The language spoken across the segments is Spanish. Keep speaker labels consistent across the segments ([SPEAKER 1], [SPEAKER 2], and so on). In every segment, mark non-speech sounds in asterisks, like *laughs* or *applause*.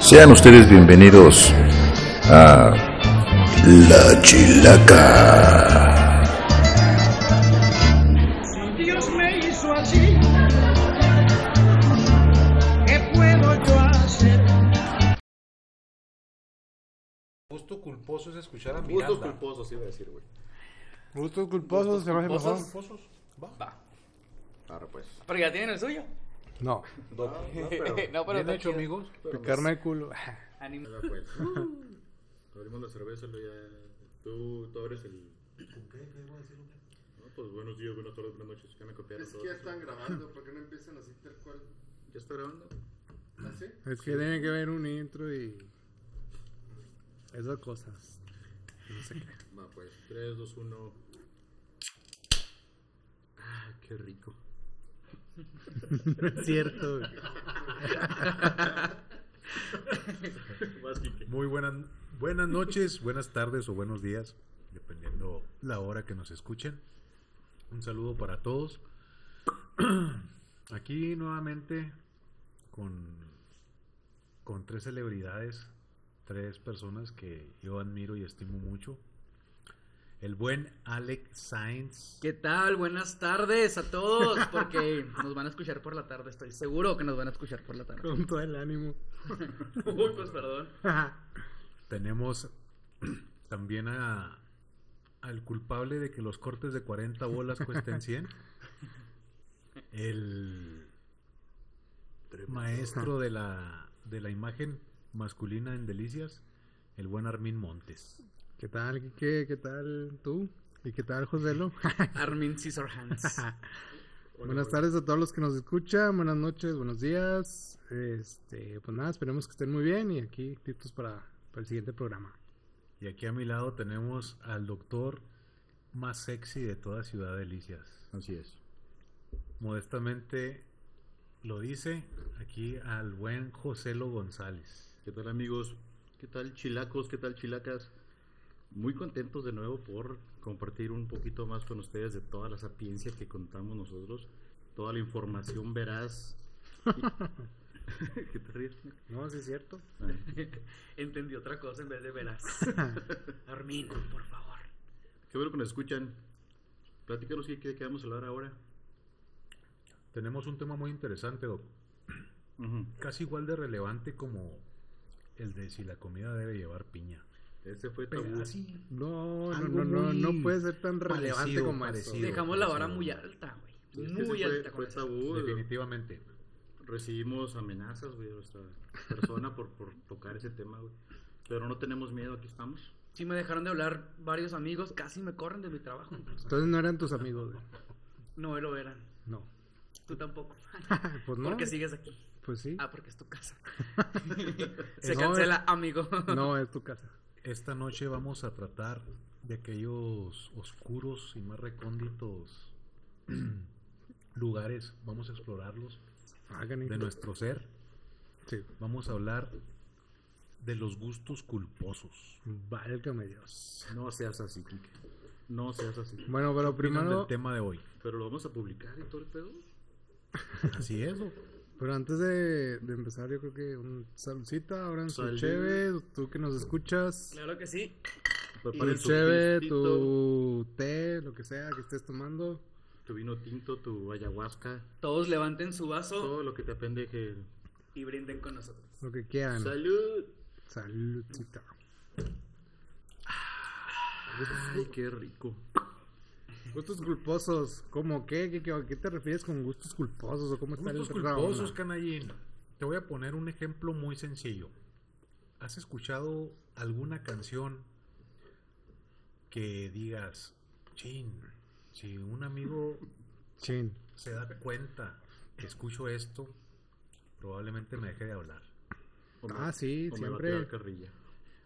[SPEAKER 1] Sean ustedes bienvenidos a La Chilaca.
[SPEAKER 2] Dios me hizo así. ¿Qué puedo yo hacer?
[SPEAKER 3] Gusto culposo es escuchar a Miranda.
[SPEAKER 4] Gustos culposos, iba a decir, güey.
[SPEAKER 5] Gustos culposos se me hace mejor.
[SPEAKER 4] ¿Gustos culposos? Va. Ahora pues.
[SPEAKER 6] Pero ya tienen el suyo.
[SPEAKER 5] No,
[SPEAKER 4] No, no, pero.
[SPEAKER 6] *laughs* no, pero
[SPEAKER 3] Bien
[SPEAKER 6] está
[SPEAKER 3] hecho,
[SPEAKER 6] chido.
[SPEAKER 3] amigos.
[SPEAKER 5] picarme el
[SPEAKER 6] *laughs*
[SPEAKER 5] culo.
[SPEAKER 6] Ánimo.
[SPEAKER 4] Ahora pues. *laughs* Abrimos la cerveza, lo ya. Tú, tú abres el. No, pues buenos días, buenas tardes, buenas noches. ¿Qué me copiaron?
[SPEAKER 7] Es que ya están grabando, ¿por qué no empiezan así tal cual?
[SPEAKER 4] ¿Ya está grabando?
[SPEAKER 7] ¿Así?
[SPEAKER 5] Es que tiene que ver un intro y esas cosas. *laughs* No sé qué.
[SPEAKER 4] Va pues. 3, 2, 1. Ah, qué rico.
[SPEAKER 5] No es cierto. güey.
[SPEAKER 4] Más que.
[SPEAKER 8] Muy buenas, buenas
[SPEAKER 6] *laughs*
[SPEAKER 8] noches, buenas tardes o buenos días, dependiendo la hora que nos escuchen. Un saludo para todos. *clears throat* Aquí nuevamente con, con tres celebridades, tres personas que yo admiro y estimo mucho. El buen Alex Sainz.
[SPEAKER 6] ¿Qué tal? Buenas tardes a todos, porque nos van a escuchar por la tarde, estoy seguro que nos van a escuchar por la tarde.
[SPEAKER 5] Con todo el ánimo. *laughs*
[SPEAKER 6] Uy, pues perdón.
[SPEAKER 8] Tenemos *clears throat* también a, al culpable de que los cortes de 40 bolas cuesten 100. El maestro de la, de la imagen masculina en Delicias, el buen Armin Montes.
[SPEAKER 5] ¿Qué tal, Kike? ¿Qué tal tú? ¿Y qué tal, *laughs* Joselo?
[SPEAKER 6] Armin Scissorhands.
[SPEAKER 5] Buenas tardes a todos los que nos escuchan. Buenas noches, buenos días. Este, pues nada, esperemos que estén muy bien y aquí listos para, para el siguiente programa.
[SPEAKER 8] Y aquí a mi lado tenemos al doctor más sexy de toda Ciudad de Delicias.
[SPEAKER 4] Así es.
[SPEAKER 8] Modestamente lo dice aquí al buen Joselo González.
[SPEAKER 4] ¿Qué tal amigos? ¿Qué tal chilacos? ¿Qué tal chilacas? Muy contentos de nuevo por compartir un poquito más con ustedes de toda la sapiencia que contamos nosotros, toda la información veraz. Y- ¿Qué te ríes? Ah,
[SPEAKER 5] No, sí es cierto.
[SPEAKER 4] Ay,
[SPEAKER 6] *laughs* Entendí otra cosa en vez de *laughs* veras. Armin, por favor.
[SPEAKER 4] Qué bueno que nos escuchan. Platícanos qué qué vamos a hablar ahora.
[SPEAKER 8] Tenemos un tema muy interesante, Doc.
[SPEAKER 4] Ujú.
[SPEAKER 8] Casi igual de relevante como el de si la comida debe llevar piña.
[SPEAKER 4] Ese Este fue
[SPEAKER 6] Pues,
[SPEAKER 8] Pero
[SPEAKER 4] tabú.
[SPEAKER 8] así,
[SPEAKER 5] No, no,
[SPEAKER 8] Algo
[SPEAKER 5] no, no, no
[SPEAKER 8] muy
[SPEAKER 5] puede ser tan
[SPEAKER 8] parecido,
[SPEAKER 5] relevante como eso.
[SPEAKER 8] parecido. Sí,
[SPEAKER 6] Dejamos la
[SPEAKER 8] sí,
[SPEAKER 6] vara
[SPEAKER 8] sí.
[SPEAKER 6] muy alta, güey.
[SPEAKER 4] Es que ese
[SPEAKER 6] muy
[SPEAKER 4] Este fue-
[SPEAKER 6] alta con
[SPEAKER 4] fue,
[SPEAKER 6] eso.
[SPEAKER 4] tabú.
[SPEAKER 8] definitivamente.
[SPEAKER 4] Recibimos amenazas, güey, de nuestra persona por, por tocar ese tema, güey. Pero no tenemos miedo, aquí estamos.
[SPEAKER 6] Sí me dejaron de hablar varios amigos, casi me corren de mi trabajo incluso.
[SPEAKER 5] Entonces no eran tus amigos, güey.
[SPEAKER 6] No lo eran.
[SPEAKER 5] No.
[SPEAKER 6] Tú tampoco.
[SPEAKER 5] Pues no.
[SPEAKER 6] Porque sigues aquí.
[SPEAKER 5] Pues sí.
[SPEAKER 6] Ah, porque es tu casa. *laughs* Se
[SPEAKER 5] No,
[SPEAKER 6] cancela, amigo.
[SPEAKER 5] No, es tu casa.
[SPEAKER 8] Esta noche vamos a tratar de aquellos oscuros y más recónditos *clears throat* lugares. Vamos a explorarlos
[SPEAKER 5] Hagan
[SPEAKER 8] de nuestro ser.
[SPEAKER 5] Sí.
[SPEAKER 8] Vamos a hablar de los gustos culposos.
[SPEAKER 5] Válgame Dios.
[SPEAKER 4] No seas así, Kike. No seas así.
[SPEAKER 5] Bueno, pero
[SPEAKER 8] Opinan
[SPEAKER 5] primero,
[SPEAKER 8] del tema de hoy.
[SPEAKER 4] Pero lo vamos a publicar y todo el pedo.
[SPEAKER 8] Así es, Doc.
[SPEAKER 5] pero antes de, de empezar, yo creo que un saludcita, abran su
[SPEAKER 4] Salud.
[SPEAKER 5] cheve, tú que nos escuchas,
[SPEAKER 6] Claro que sí.
[SPEAKER 5] tu
[SPEAKER 4] Preparen su
[SPEAKER 5] cheve,
[SPEAKER 4] pistito,
[SPEAKER 5] tu té, lo que sea que estés tomando.
[SPEAKER 4] tu vino tinto, tu ayahuasca,
[SPEAKER 6] Todos levanten su vaso
[SPEAKER 4] todo lo que te apendeje.
[SPEAKER 6] y brinden con nosotros.
[SPEAKER 5] Lo que quieran.
[SPEAKER 4] ¡Salud!
[SPEAKER 5] Saludcita.
[SPEAKER 4] Ay, qué rico.
[SPEAKER 5] Gustos culposos. ¿Cómo qué? ¿Qué, qué, a qué te refieres con gustos culposos? ¿O cómo está
[SPEAKER 8] Gustos
[SPEAKER 5] el drama?
[SPEAKER 8] culposos, canallín. Te voy a poner un ejemplo muy sencillo. ¿Has escuchado alguna canción que digas, chin, si un amigo
[SPEAKER 5] Chin.
[SPEAKER 8] se da cuenta que escucho esto, probablemente me deje de hablar?
[SPEAKER 4] O me-
[SPEAKER 5] Ah, sí,
[SPEAKER 4] o me va a
[SPEAKER 5] siempre.
[SPEAKER 4] tirar carrilla.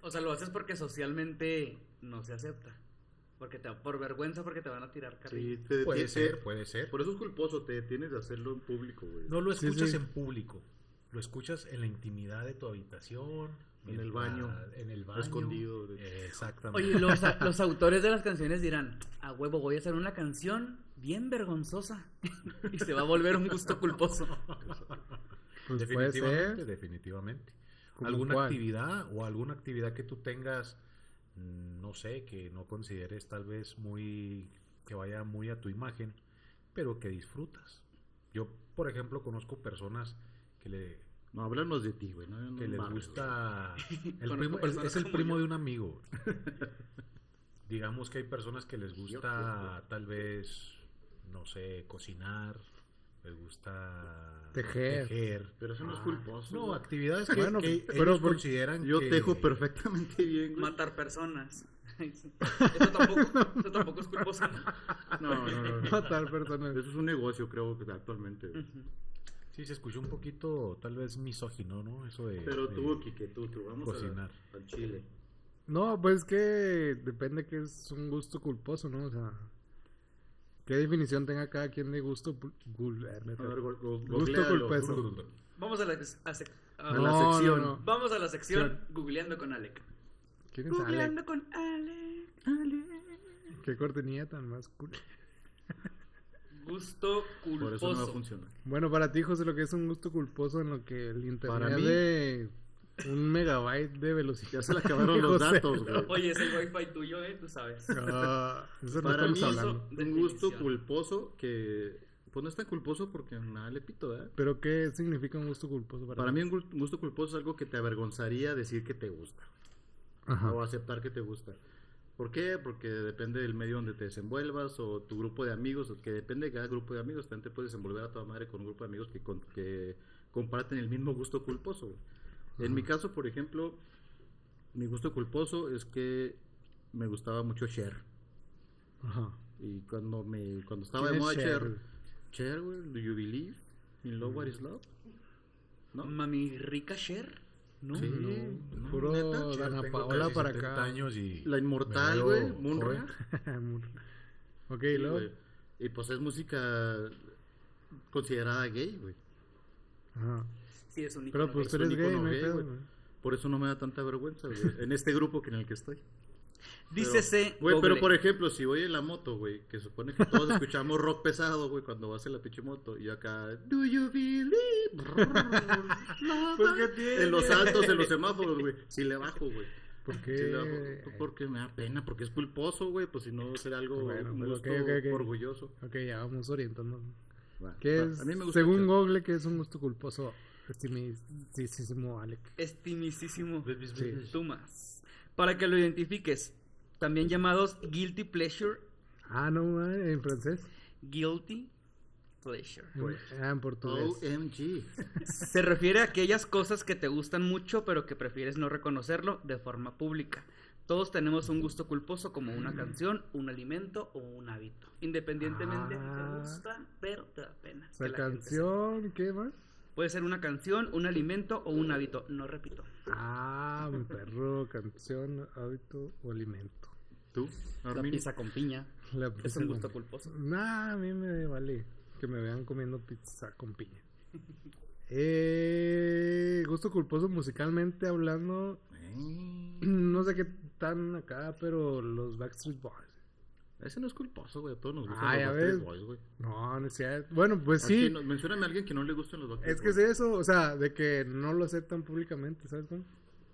[SPEAKER 6] O sea, lo haces porque socialmente no se acepta. Porque te, por vergüenza, porque te van a tirar carrilla.
[SPEAKER 4] Sí, te-
[SPEAKER 8] Puede
[SPEAKER 4] te-
[SPEAKER 8] ser,
[SPEAKER 4] te-
[SPEAKER 8] puede ser.
[SPEAKER 4] Por eso es culposo, te tienes de hacerlo en público, güey.
[SPEAKER 8] No lo
[SPEAKER 5] Sí,
[SPEAKER 8] escuchas
[SPEAKER 5] sí.
[SPEAKER 8] en público, lo escuchas en la intimidad de tu habitación,
[SPEAKER 4] En el
[SPEAKER 8] mientras-
[SPEAKER 4] baño.
[SPEAKER 8] en el baño.
[SPEAKER 4] Escondido de-
[SPEAKER 8] Exactamente.
[SPEAKER 6] Oye, los, *laughs* a- los autores de las canciones dirán, a huevo voy a hacer una canción bien vergonzosa *laughs* y
[SPEAKER 8] *laughs*
[SPEAKER 6] se va a volver un gusto culposo.
[SPEAKER 5] Pues puede
[SPEAKER 8] definitivamente,
[SPEAKER 5] ser.
[SPEAKER 8] definitivamente.
[SPEAKER 5] ¿Cómo
[SPEAKER 8] alguna
[SPEAKER 5] cuál?
[SPEAKER 8] actividad o alguna actividad que tú tengas, mm, no sé, que no consideres tal vez muy, que vaya muy a tu imagen, pero que disfrutas. Yo, por ejemplo, conozco personas que le,
[SPEAKER 4] No, háblanos de ti, güey. No, no
[SPEAKER 8] que les
[SPEAKER 4] mames,
[SPEAKER 8] gusta. El
[SPEAKER 6] Conozco
[SPEAKER 8] primo, es,
[SPEAKER 6] personas
[SPEAKER 8] es el
[SPEAKER 6] como
[SPEAKER 8] primo
[SPEAKER 6] yo.
[SPEAKER 8] de un amigo. *laughs* Digamos que hay personas que les gusta, tal vez, no sé, cocinar, les gusta
[SPEAKER 5] Tejer.
[SPEAKER 4] Pero eso no es culposo,
[SPEAKER 8] No,
[SPEAKER 4] güey.
[SPEAKER 8] actividades que,
[SPEAKER 5] Bueno,
[SPEAKER 8] que
[SPEAKER 5] Eh, pero
[SPEAKER 8] ellos
[SPEAKER 5] por-
[SPEAKER 8] consideran
[SPEAKER 4] Yo
[SPEAKER 8] que-
[SPEAKER 4] tejo
[SPEAKER 5] *laughs*
[SPEAKER 4] perfectamente bien, güey.
[SPEAKER 6] Matar personas. Eso tampoco, eso tampoco es culposo.
[SPEAKER 4] No, no, no. no.
[SPEAKER 5] Matar personas.
[SPEAKER 4] *laughs* Eso es un negocio, creo, que actualmente. güey.
[SPEAKER 8] Sí, se escuchó un poquito, tal vez misógino, ¿no? Eso de.
[SPEAKER 4] Pero
[SPEAKER 8] de-
[SPEAKER 4] tú, Kike, tú, tú. Vamos a-
[SPEAKER 8] Cocinar.
[SPEAKER 4] al chile.
[SPEAKER 5] No, pues que depende que es un gusto culposo, ¿no? O sea, qué definición tenga cada quien de gusto pul- gul- eh, me
[SPEAKER 4] A ver,
[SPEAKER 5] fue.
[SPEAKER 4] go- go-
[SPEAKER 5] Gusto
[SPEAKER 4] googlealo.
[SPEAKER 5] culposo.
[SPEAKER 6] Vamos a la, a sec- a-
[SPEAKER 4] la
[SPEAKER 5] No, no,
[SPEAKER 4] sección.
[SPEAKER 5] no.
[SPEAKER 6] Vamos a la sección Googleando con Alec.
[SPEAKER 5] ¿Quién es
[SPEAKER 6] Googleando
[SPEAKER 5] Alec?
[SPEAKER 6] con Alec.
[SPEAKER 5] Qué cortinilla tan más cool.
[SPEAKER 6] Gusto
[SPEAKER 4] Por eso no va a
[SPEAKER 6] culposo.
[SPEAKER 4] funcionar.
[SPEAKER 5] Bueno, para ti, José, lo que es un gusto culposo en lo que el internet
[SPEAKER 4] Para mí-
[SPEAKER 5] de un megabyte de velocidad.
[SPEAKER 4] Ya se le
[SPEAKER 5] *laughs*
[SPEAKER 4] acabaron los
[SPEAKER 5] José,
[SPEAKER 4] datos, güey.
[SPEAKER 6] Oye, es el wifi tuyo, eh, tú sabes.
[SPEAKER 5] Ah, eso no
[SPEAKER 4] Para mí
[SPEAKER 5] estamos
[SPEAKER 4] es
[SPEAKER 5] hablando.
[SPEAKER 4] un gusto
[SPEAKER 6] Definición.
[SPEAKER 4] culposo que... Pues no es tan culposo porque nada le pito, ¿verdad?
[SPEAKER 5] Pero ¿qué significa un gusto culposo para,
[SPEAKER 4] Para
[SPEAKER 5] ti?
[SPEAKER 4] mí un gu- gusto culposo es algo que te avergonzaría decir que te gusta.
[SPEAKER 5] Ajá.
[SPEAKER 4] o aceptar que te gusta. ¿Por qué? Porque depende del medio donde te desenvuelvas o tu grupo de amigos, que depende de cada grupo de amigos, también te puedes desenvolver a toda madre con un grupo de amigos que, con- que comparten el mismo gusto culposo. güey. En mi caso, por ejemplo, mi gusto culposo es que me gustaba mucho Cher.
[SPEAKER 5] Ajá.
[SPEAKER 4] Y cuando me cuando estaba
[SPEAKER 5] ¿Quién
[SPEAKER 4] de
[SPEAKER 5] es
[SPEAKER 4] moda
[SPEAKER 5] Cher,
[SPEAKER 4] Cher,
[SPEAKER 5] güey? Mm.
[SPEAKER 4] Cher, güey, Do You Believe in Love What Is Love? ¿No?
[SPEAKER 6] Mami rica Cher.
[SPEAKER 4] ¿No?
[SPEAKER 5] Sí,
[SPEAKER 4] no,
[SPEAKER 5] puro
[SPEAKER 4] neta, Cher.
[SPEAKER 5] Dana
[SPEAKER 8] Tengo
[SPEAKER 5] Paola
[SPEAKER 8] casi
[SPEAKER 5] para
[SPEAKER 8] 70
[SPEAKER 5] acá. *laughs*
[SPEAKER 8] años y.
[SPEAKER 4] La inmortal,
[SPEAKER 8] me
[SPEAKER 4] güey,
[SPEAKER 8] veo
[SPEAKER 4] Munra.
[SPEAKER 8] joven.
[SPEAKER 5] Amor. ok,
[SPEAKER 4] Sí,
[SPEAKER 5] luego.
[SPEAKER 4] güey. Y pues es música considerada gay, güey.
[SPEAKER 5] Ajá.
[SPEAKER 6] Sí, es un
[SPEAKER 5] Pero
[SPEAKER 6] icono
[SPEAKER 5] pues
[SPEAKER 6] gay.
[SPEAKER 5] tú
[SPEAKER 4] un
[SPEAKER 5] eres gay,
[SPEAKER 4] icono
[SPEAKER 5] no hay
[SPEAKER 4] gay,
[SPEAKER 5] pedo,
[SPEAKER 4] güey.
[SPEAKER 5] güey.
[SPEAKER 4] Por eso no me da tanta vergüenza, güey. En este grupo que en el que estoy.
[SPEAKER 6] Dícese.
[SPEAKER 4] Güey, pero
[SPEAKER 6] Google.
[SPEAKER 4] por ejemplo, si voy en la moto, güey, que supone que todos escuchamos rock pesado, güey, cuando vas en la pinche moto, y yo acá, do you believe? No,
[SPEAKER 5] *laughs* ¿Por
[SPEAKER 4] güey.
[SPEAKER 5] qué tiene?
[SPEAKER 4] en los altos, en los semáforos, güey. Si le bajo, güey.
[SPEAKER 5] ¿Por
[SPEAKER 4] Sí le bajo.
[SPEAKER 5] qué?
[SPEAKER 4] Pues Porque me da pena, porque es culposo, güey. Pues si no, será algo
[SPEAKER 5] Bueno,
[SPEAKER 4] un
[SPEAKER 5] pero ok,
[SPEAKER 4] gusto
[SPEAKER 5] ok, ok.
[SPEAKER 4] orgulloso.
[SPEAKER 5] Ok, ya vamos orientando.
[SPEAKER 4] Va,
[SPEAKER 5] ¿Qué
[SPEAKER 4] va.
[SPEAKER 5] es,
[SPEAKER 4] A mí me gusta
[SPEAKER 5] según
[SPEAKER 4] Cher.
[SPEAKER 5] Google, que es un gusto culposo? Pues Estimisísimo Alec.
[SPEAKER 6] Estimicísimo
[SPEAKER 5] Sí.
[SPEAKER 6] Tumas. Para que lo identifiques. También llamados guilty pleasure.
[SPEAKER 5] Ah, no, man, en francés.
[SPEAKER 6] Guilty pleasure.
[SPEAKER 5] En- ah, en
[SPEAKER 4] oh,
[SPEAKER 5] portugués.
[SPEAKER 4] OMG.
[SPEAKER 6] Se refiere a aquellas cosas que te gustan mucho pero que prefieres no reconocerlo de forma pública. Todos tenemos un gusto culposo como
[SPEAKER 5] Mm.
[SPEAKER 6] una canción, un alimento o un hábito. Independientemente de si te
[SPEAKER 5] Ah.
[SPEAKER 6] gusta, pero te da pena.
[SPEAKER 5] O sea,
[SPEAKER 6] que la gente sepa.
[SPEAKER 5] canción, ¿qué más?
[SPEAKER 6] Puede ser una canción, un alimento o un hábito. No repito.
[SPEAKER 5] Ah, mi perro, canción, hábito o alimento.
[SPEAKER 4] ¿Tú,
[SPEAKER 6] La
[SPEAKER 4] Armin?
[SPEAKER 6] pizza con piña.
[SPEAKER 5] La
[SPEAKER 6] Es
[SPEAKER 5] pizza
[SPEAKER 6] un
[SPEAKER 5] con-
[SPEAKER 6] gusto culposo.
[SPEAKER 5] Nah, a mí me vale que me vean comiendo pizza con piña. *laughs* Eh, gusto culposo musicalmente hablando.
[SPEAKER 4] Eh,
[SPEAKER 5] Mm, No sé qué tan acá, pero los Backstreet Boys.
[SPEAKER 4] Ese no es culposo, güey. A todos nos gustan
[SPEAKER 5] Ah,
[SPEAKER 4] los
[SPEAKER 5] ya
[SPEAKER 4] Backstreet
[SPEAKER 5] ves.
[SPEAKER 4] Boys, güey. ¿A
[SPEAKER 5] No, no es cierto. Bueno, pues sí.
[SPEAKER 4] quién no- mencióname a alguien que no le gusten los Backstreet
[SPEAKER 5] Es que es
[SPEAKER 4] Boys.
[SPEAKER 5] eso, o sea, de que no lo aceptan públicamente, ¿sabes cómo?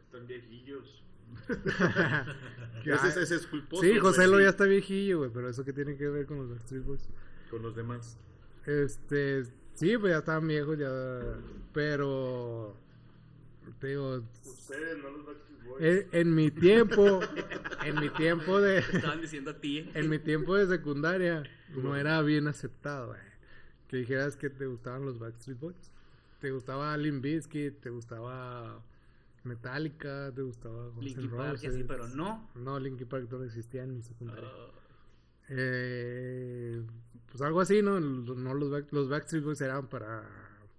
[SPEAKER 9] Están
[SPEAKER 5] *laughs*
[SPEAKER 9] viejillos.
[SPEAKER 5] Que,
[SPEAKER 4] Ese,
[SPEAKER 5] ah,
[SPEAKER 4] ese- ese es culposo.
[SPEAKER 5] sí, José lo
[SPEAKER 4] güey,
[SPEAKER 5] ya está viejillo, güey, pero eso que tiene que ver con los Backstreet Boys.
[SPEAKER 4] Con los demás.
[SPEAKER 5] Este, sí, pues ya estaban viejos, ya. Pero. Te digo,
[SPEAKER 9] Ustedes, no los Backstreet Boys.
[SPEAKER 5] en, en mi tiempo, en mi tiempo de.
[SPEAKER 6] Te Estaban diciendo a ti. ¿eh?
[SPEAKER 5] En mi tiempo de secundaria no era bien aceptado, güey. Que dijeras que te gustaban los Backstreet Boys. Te gustaba Limp Bizkit, te gustaba Metallica, te gustaba Guns N'
[SPEAKER 6] Linkin Park y así,
[SPEAKER 5] Roses.
[SPEAKER 6] pero no.
[SPEAKER 5] No, Linkin Park no existía en mi secundaria.
[SPEAKER 6] Ah,
[SPEAKER 5] Eh, pues algo así, ¿no? no los, Back- los Backstreet Boys eran para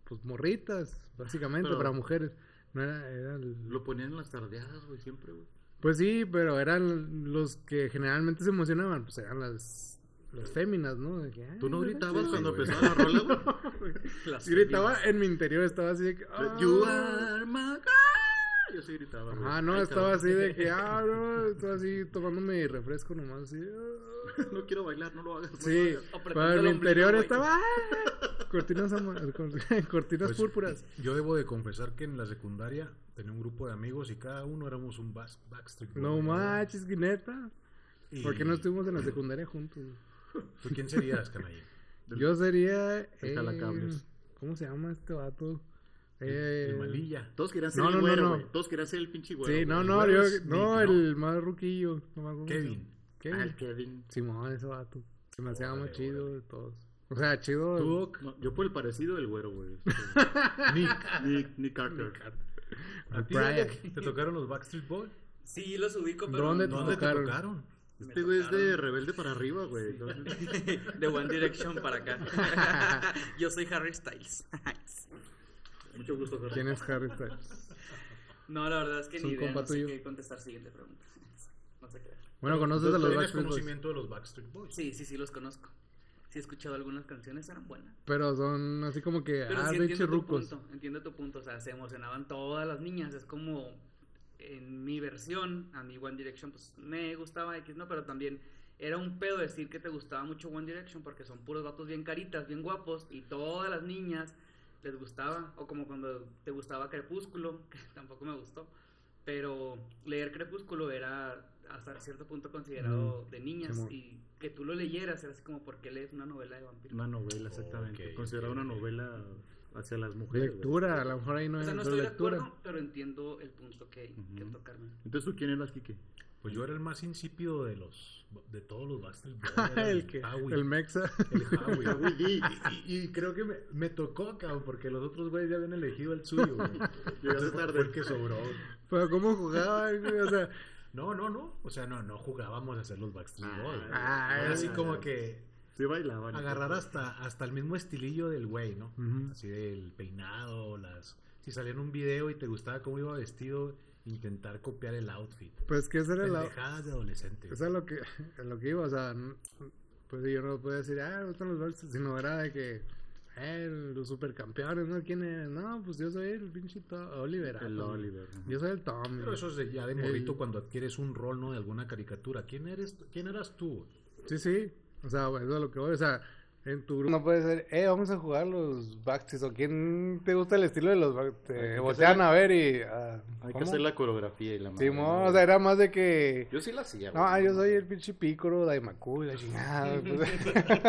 [SPEAKER 5] pues morritas, básicamente,
[SPEAKER 4] Pero-
[SPEAKER 5] para mujeres. No era, era el-
[SPEAKER 4] Lo ponían en las tardeadas, güey, siempre, güey.
[SPEAKER 5] Pues sí, pero eran los que generalmente se emocionaban, pues eran las, las féminas, ¿no? De que,
[SPEAKER 4] ¿Tú no
[SPEAKER 5] "Ay,
[SPEAKER 4] gritabas
[SPEAKER 5] sí,
[SPEAKER 4] cuando
[SPEAKER 5] güey".
[SPEAKER 4] empezaba la rola,
[SPEAKER 5] *laughs*
[SPEAKER 4] güey?
[SPEAKER 6] las
[SPEAKER 5] "Ah, Gritaba en mi interior, estaba así de que.
[SPEAKER 4] You
[SPEAKER 5] "Ah".
[SPEAKER 4] are my Yo sí gritaba. güey.
[SPEAKER 5] Ah, no,
[SPEAKER 4] Ay,
[SPEAKER 5] estaba
[SPEAKER 4] cabrón.
[SPEAKER 5] así de
[SPEAKER 4] *laughs*
[SPEAKER 5] que, ah, no, estaba así tomando mi refresco nomás, así. ah.
[SPEAKER 4] No quiero bailar, no lo hagas. no lo
[SPEAKER 5] Sí,
[SPEAKER 4] hagas.
[SPEAKER 6] apretando
[SPEAKER 5] pero
[SPEAKER 6] el
[SPEAKER 5] en mi
[SPEAKER 6] ombligo,
[SPEAKER 5] interior
[SPEAKER 6] güey.
[SPEAKER 5] estaba.
[SPEAKER 4] *laughs*
[SPEAKER 5] ah, Cortinas, ama- cor- *laughs* cortinas
[SPEAKER 8] Pues,
[SPEAKER 5] púrpuras.
[SPEAKER 8] Yo debo de confesar que en la secundaria tenía un grupo de amigos y cada uno éramos un bas- Backstreet Boy.
[SPEAKER 5] No manches, Guineta.
[SPEAKER 8] Y-
[SPEAKER 5] ¿Por qué no estuvimos en la secundaria juntos?
[SPEAKER 8] ¿Tú quién serías,
[SPEAKER 5] *laughs*
[SPEAKER 8] canalla?
[SPEAKER 5] Yo sería.
[SPEAKER 4] El
[SPEAKER 5] eh,
[SPEAKER 4] jalacables.
[SPEAKER 5] ¿Cómo se llama este vato?
[SPEAKER 8] El
[SPEAKER 5] Eh,
[SPEAKER 8] Malilla.
[SPEAKER 4] Todos querían ser
[SPEAKER 5] No,
[SPEAKER 4] el
[SPEAKER 5] no, no,
[SPEAKER 4] güero,
[SPEAKER 5] no.
[SPEAKER 4] güey. Todos querían ser el pinche güero.
[SPEAKER 5] Sí,
[SPEAKER 4] güey.
[SPEAKER 5] no,
[SPEAKER 4] El
[SPEAKER 5] no,
[SPEAKER 4] güero
[SPEAKER 5] yo,
[SPEAKER 4] pues, es
[SPEAKER 5] no,
[SPEAKER 4] Nick,
[SPEAKER 5] el más ruquillo. no me acuerdo cómo se llama.
[SPEAKER 8] Kevin.
[SPEAKER 4] Ah,
[SPEAKER 5] Kevin.
[SPEAKER 4] el Kevin.
[SPEAKER 5] Simón, ese vato. Se me hacía
[SPEAKER 8] Órale,
[SPEAKER 5] más chido de todos. O sea, chido.
[SPEAKER 4] Tú, Oc. No, yo por el parecido del
[SPEAKER 5] *laughs*
[SPEAKER 4] güero, güey. Este,
[SPEAKER 8] Nick.
[SPEAKER 4] Nick, Nick Carter.
[SPEAKER 8] ¿A ti
[SPEAKER 5] Brian.
[SPEAKER 8] Alex, te tocaron los Backstreet Boys?
[SPEAKER 6] Sí, los ubico, pero.
[SPEAKER 5] ¿Dónde
[SPEAKER 8] ¿Dónde
[SPEAKER 5] tocaron?
[SPEAKER 8] te tocaron?
[SPEAKER 4] Este güey es de rebelde para arriba, güey. entonces-
[SPEAKER 6] *laughs* De One Direction para acá.
[SPEAKER 4] *laughs*
[SPEAKER 6] Yo soy Harry Styles.
[SPEAKER 4] Mucho gusto, Carter.
[SPEAKER 5] ¿Quién es Harry Styles?
[SPEAKER 6] No, la verdad es que
[SPEAKER 5] Es
[SPEAKER 6] ni
[SPEAKER 5] un
[SPEAKER 6] idea,
[SPEAKER 5] compa
[SPEAKER 6] no sé
[SPEAKER 5] tuyo.
[SPEAKER 6] qué contestar siguiente pregunta. No sé qué.
[SPEAKER 5] Bueno, conoces a
[SPEAKER 8] Entonces,
[SPEAKER 5] los
[SPEAKER 8] tienes
[SPEAKER 5] Backstreet Boys,
[SPEAKER 8] conocimiento de los Backstreet Boys.
[SPEAKER 6] Sí, sí, sí los conozco. Sí he escuchado algunas canciones, eran buenas.
[SPEAKER 5] pero son así como que,
[SPEAKER 6] Pero
[SPEAKER 5] ah,
[SPEAKER 6] sí
[SPEAKER 5] pinche
[SPEAKER 6] entiendo tu
[SPEAKER 5] rucos.
[SPEAKER 6] punto, entiendo tu punto, o sea, se emocionaban todas las niñas, es como en mi versión, a mí One Direction pues me gustaba X, no, pero también era un pedo decir que te gustaba mucho One Direction porque son puros vatos bien caritas, bien guapos y todas las niñas les gustaba, o como cuando te gustaba Crepúsculo, *laughs* que tampoco me gustó, pero leer Crepúsculo era hasta cierto punto considerado de niñas
[SPEAKER 5] Simón.
[SPEAKER 6] y que tú lo leyeras era así como porque lees una novela de vampiros.
[SPEAKER 4] Una novela, exactamente.
[SPEAKER 8] Ok,
[SPEAKER 4] Considerada
[SPEAKER 8] ok,
[SPEAKER 4] una
[SPEAKER 8] ok.
[SPEAKER 4] novela hacia las mujeres. güey.
[SPEAKER 5] Lectura, a lo mejor ahí no
[SPEAKER 6] O
[SPEAKER 5] es
[SPEAKER 6] sea, no
[SPEAKER 5] pero
[SPEAKER 6] estoy de
[SPEAKER 5] lectura. *laughs*
[SPEAKER 6] acuerdo, pero entiendo el punto que, que
[SPEAKER 4] Ujú.
[SPEAKER 6] tocarme.
[SPEAKER 4] Entonces, ¿tú quién eras, Kike?
[SPEAKER 8] Pues yo era el más insípido de los de todos los
[SPEAKER 5] *laughs*
[SPEAKER 8] Backstreet Boys. era
[SPEAKER 5] Ah, el que,
[SPEAKER 8] Howie.
[SPEAKER 5] el Mexa. *laughs*
[SPEAKER 8] El Howie. ah, Y, y- y creo que me, me tocó, cabrón, porque los otros güeyes ya habían elegido el suyo, güey. Entonces, fue- fue el que sobró.
[SPEAKER 5] pero cómo jugaba, güey, o sea,
[SPEAKER 8] No, no, no. O sea, no, no jugábamos a hacer los Backstreet Boys. güey.
[SPEAKER 5] Ah,
[SPEAKER 8] Era así
[SPEAKER 4] ah,
[SPEAKER 8] como
[SPEAKER 4] ah.
[SPEAKER 8] que
[SPEAKER 4] Sí, bailaban.
[SPEAKER 8] agarrar hasta, hasta el mismo estilillo del güey, ¿no?
[SPEAKER 5] Ujú.
[SPEAKER 8] Así del peinado, las... Si salía en un video y te gustaba cómo iba vestido, intentar copiar el outfit.
[SPEAKER 5] pues que ese era la,
[SPEAKER 8] Pendejadas de adolescente.
[SPEAKER 5] Eso es lo que, *laughs* a lo que iba, o sea, n- pues yo no podía decir, ah, me gustan los Backstreet, sino era de que, eh, los supercampeones, ¿no? ¿Quién es? No, pues yo soy el pinche To- Oliver.
[SPEAKER 4] El
[SPEAKER 5] Atom.
[SPEAKER 4] Oliver. ajá.
[SPEAKER 5] Yo soy el Tommy.
[SPEAKER 8] Pero eso es de- ya de morrito
[SPEAKER 5] El-
[SPEAKER 8] cuando adquieres un rol, ¿no? De alguna caricatura. ¿Quién eres? tú? ¿Quién eras tú?
[SPEAKER 5] Sí, sí, o sea, bueno, eso es lo que voy, o sea, en tu grupo no puede ser, eh, vamos a jugar los Backstreet, o quién te gusta el estilo de los Backstreet,
[SPEAKER 4] Hay que
[SPEAKER 5] te voltean a ver y, ah,
[SPEAKER 4] Hay que
[SPEAKER 5] ¿cómo?
[SPEAKER 4] hacer la coreografía y la madre,
[SPEAKER 5] Simón,
[SPEAKER 4] ¿no?
[SPEAKER 5] o sea, era más de que...
[SPEAKER 4] Yo sí la hacía.
[SPEAKER 5] No,
[SPEAKER 4] güey.
[SPEAKER 5] ah, yo soy el pinche pícoro, Daimaku, y la chingada. *laughs* pues.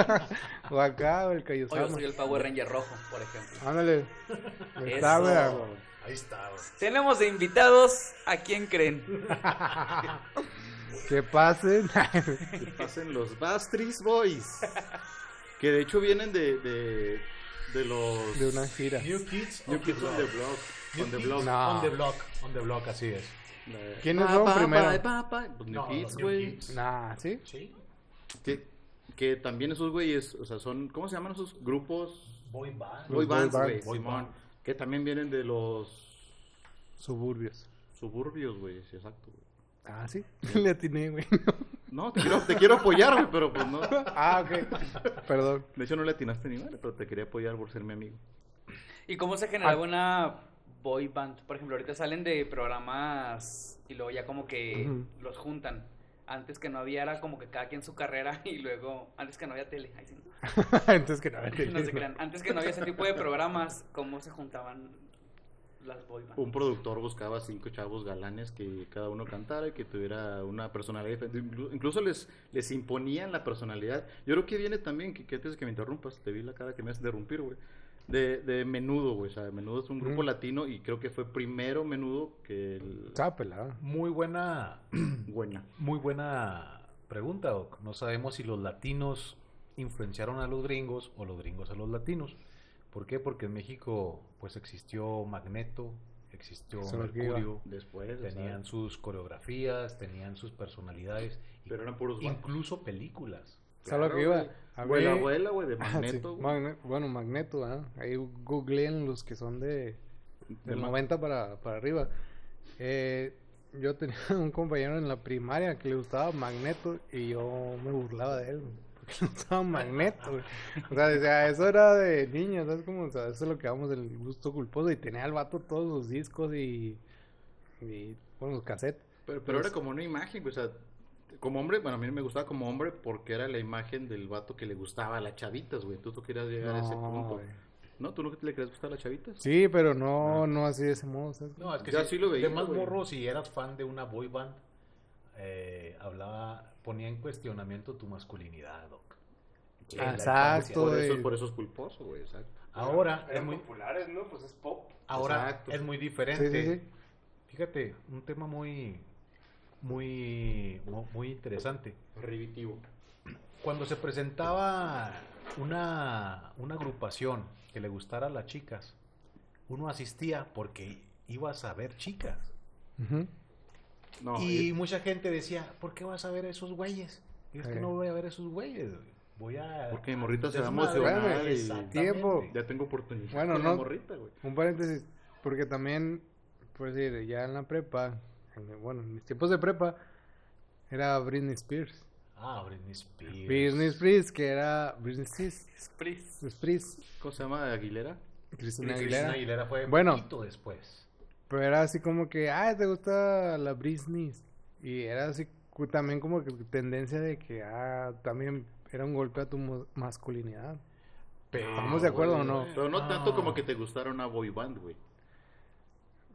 [SPEAKER 5] o acá, o el
[SPEAKER 6] O yo
[SPEAKER 5] Kaiosama.
[SPEAKER 6] soy el Power Ranger rojo, por ejemplo.
[SPEAKER 5] Ándale. Ahí
[SPEAKER 6] Eso.
[SPEAKER 5] está, mira.
[SPEAKER 8] Ahí está.
[SPEAKER 6] Tenemos de invitados a quién creen.
[SPEAKER 5] Que pasen.
[SPEAKER 4] Que pasen los Bastris Boys. que de hecho vienen de, de, de
[SPEAKER 5] *laughs*
[SPEAKER 4] los.
[SPEAKER 5] de una gira.
[SPEAKER 8] New Kids
[SPEAKER 4] New
[SPEAKER 8] on the
[SPEAKER 4] Kids on the
[SPEAKER 8] Block.
[SPEAKER 4] Block.
[SPEAKER 8] New
[SPEAKER 4] On the
[SPEAKER 8] Kids
[SPEAKER 4] Block.
[SPEAKER 5] No.
[SPEAKER 8] On the Block. On the Block, así es.
[SPEAKER 4] La de-
[SPEAKER 5] ¿Quiénes
[SPEAKER 4] Pa,
[SPEAKER 5] son
[SPEAKER 4] pa, pa,
[SPEAKER 5] primero?
[SPEAKER 4] pa, pa. Pues New
[SPEAKER 8] No,
[SPEAKER 4] Kids,
[SPEAKER 8] New
[SPEAKER 4] güey.
[SPEAKER 8] Kids.
[SPEAKER 5] Nah, ¿sí?
[SPEAKER 8] Sí.
[SPEAKER 4] Que, que también esos güeyes, o sea, son. ¿Cómo se llaman esos grupos?
[SPEAKER 8] Boy Band.
[SPEAKER 5] boy
[SPEAKER 4] Boy bands, güey.
[SPEAKER 5] bands.
[SPEAKER 8] Boy
[SPEAKER 4] Simón.
[SPEAKER 8] band.
[SPEAKER 4] Que también vienen de los
[SPEAKER 5] Suburbios.
[SPEAKER 4] suburbios, güey. Sí, exacto, güey.
[SPEAKER 5] Ah, ¿sí? *laughs* Le atiné, güey.
[SPEAKER 4] No, te quiero, te quiero apoyar, güey, pero pues no.
[SPEAKER 5] ah, ok. Perdón. *laughs*
[SPEAKER 4] De hecho, no le atinaste ni madre, pero te quería apoyar por ser mi amigo.
[SPEAKER 6] ¿Y cómo se generaba una boy band? Por ejemplo, ahorita salen de programas y luego ya como que
[SPEAKER 5] Ujú.
[SPEAKER 6] los juntan. Antes que no había era como que cada quien su carrera *laughs* y luego antes que no había tele. Ay, sí, no.
[SPEAKER 5] Entonces que no me
[SPEAKER 6] No se crean. Antes que no había ese tipo de programas, ¿cómo se juntaban las boy bands?
[SPEAKER 4] Un productor buscaba cinco chavos galanes que cada uno cantara y que tuviera una personalidad diferente. Inclu- Incluso les, les imponían la personalidad. Yo creo que viene también, que, que antes de que me interrumpas, te vi la cara que me hace interrumpir, güey. De, de Menudo, güey. O sea, Menudo es un grupo
[SPEAKER 5] Mm.
[SPEAKER 4] latino y creo que fue primero Menudo que el...
[SPEAKER 5] Estaba pelada.
[SPEAKER 8] Muy buena, *clears throat*
[SPEAKER 4] Buena.
[SPEAKER 8] muy buena pregunta, Doc. No sabemos si los latinos influenciaron a los gringos o los gringos a los latinos. ¿Por qué? Porque en México pues existió Magneto, existió
[SPEAKER 5] Eso es lo que iba.
[SPEAKER 8] Mercurio,
[SPEAKER 4] Después, o sea,
[SPEAKER 8] tenían sus coreografías, tenían sus personalidades, y
[SPEAKER 4] Pero eran puros vatos.
[SPEAKER 8] incluso películas.
[SPEAKER 5] ¿Sabes lo
[SPEAKER 4] Claro,
[SPEAKER 5] que iba?
[SPEAKER 4] güey.
[SPEAKER 5] A mí-
[SPEAKER 4] Abuela, abuela, güey, de
[SPEAKER 5] *laughs* Ah, sí,
[SPEAKER 4] Magneto, güey.
[SPEAKER 5] Magne- Bueno, Magneto, ¿ah? Ahí googleen los que son de...
[SPEAKER 4] De
[SPEAKER 5] del
[SPEAKER 4] Ma-
[SPEAKER 5] 90 para, para arriba. Eh, yo tenía *laughs* un compañero en la primaria que le gustaba Magneto y yo me burlaba de él. güey, Porque *laughs* le gustaba Magneto. güey. O sea, decía, eso era de niños, ¿sabes? Como, o sea, eso es lo que vamos del gusto culposo. Y tenía al vato todos sus discos y Y con los cassettes.
[SPEAKER 4] Pero, pero era como una imagen, güey, o sea, como hombre, bueno, a mí no me gustaba como hombre porque era la imagen del vato que le gustaba a las chavitas, güey. Tú, tú querías llegar a ese
[SPEAKER 5] No,
[SPEAKER 4] punto.
[SPEAKER 5] güey.
[SPEAKER 4] ¿No? ¿Tú no le querías gustar a las chavitas?
[SPEAKER 5] Sí, pero no, no así de ese modo. ¿sabes?
[SPEAKER 8] No, es que
[SPEAKER 4] Yo
[SPEAKER 8] sí,
[SPEAKER 4] así lo veía,
[SPEAKER 8] de más
[SPEAKER 4] güey.
[SPEAKER 8] morro, si eras fan de una boy band, eh, hablaba, ponía en cuestionamiento tu masculinidad, Doc.
[SPEAKER 4] Sí,
[SPEAKER 5] Ah,
[SPEAKER 4] la-
[SPEAKER 5] exacto,
[SPEAKER 4] Por
[SPEAKER 5] güey.
[SPEAKER 4] eso, por eso es culposo, güey, exacto.
[SPEAKER 8] Ahora es
[SPEAKER 10] Eran
[SPEAKER 8] muy,
[SPEAKER 10] populares, ¿no? Pues es pop.
[SPEAKER 8] ahora
[SPEAKER 4] Exacto.
[SPEAKER 8] es muy
[SPEAKER 5] Sí,
[SPEAKER 8] diferente.
[SPEAKER 5] sí, sí.
[SPEAKER 8] Fíjate, un tema muy, muy, mu- muy interesante.
[SPEAKER 4] Prohibitivo.
[SPEAKER 8] Cuando se presentaba una, una agrupación que le gustara a las chicas, uno asistía porque ibas a ver chicas.
[SPEAKER 5] Ujú.
[SPEAKER 4] No,
[SPEAKER 8] y
[SPEAKER 4] y-
[SPEAKER 8] mucha gente decía, ¿por qué vas a ver a esos güeyes? Y es que
[SPEAKER 5] Eh.
[SPEAKER 8] no voy a ver a esos güeyes. Voy a...
[SPEAKER 4] Porque mi morrita se va a
[SPEAKER 8] desmadre".
[SPEAKER 4] emocionar y-
[SPEAKER 8] Exactamente.
[SPEAKER 5] Tiempo.
[SPEAKER 4] ya tengo oportunidad.
[SPEAKER 5] Bueno,
[SPEAKER 4] con la
[SPEAKER 5] no.
[SPEAKER 4] morrita, güey.
[SPEAKER 5] Un paréntesis, porque también, por decir, ya en la prepa, en- bueno, en mis tiempos de prepa, era Britney Spears.
[SPEAKER 8] Ah, Britney Spears.
[SPEAKER 5] Britney Spears, que era Britney Spears,
[SPEAKER 4] Spritz.
[SPEAKER 5] Spears,
[SPEAKER 4] ¿Cómo se llama Aguilera?
[SPEAKER 5] Cristina
[SPEAKER 8] Cristina
[SPEAKER 5] Aguilera.
[SPEAKER 8] Aguilera fue
[SPEAKER 5] Bueno.
[SPEAKER 8] poquito después.
[SPEAKER 5] Pero era así como que, ah, ¿te gusta la Britney? Y era así cu- también como que tendencia de que, ah, también era un golpe a tu mo- masculinidad.
[SPEAKER 8] Pero,
[SPEAKER 5] ¿Estamos de acuerdo o no?
[SPEAKER 4] Pero no tanto
[SPEAKER 8] Ah.
[SPEAKER 4] como que te gustara una boy band, güey.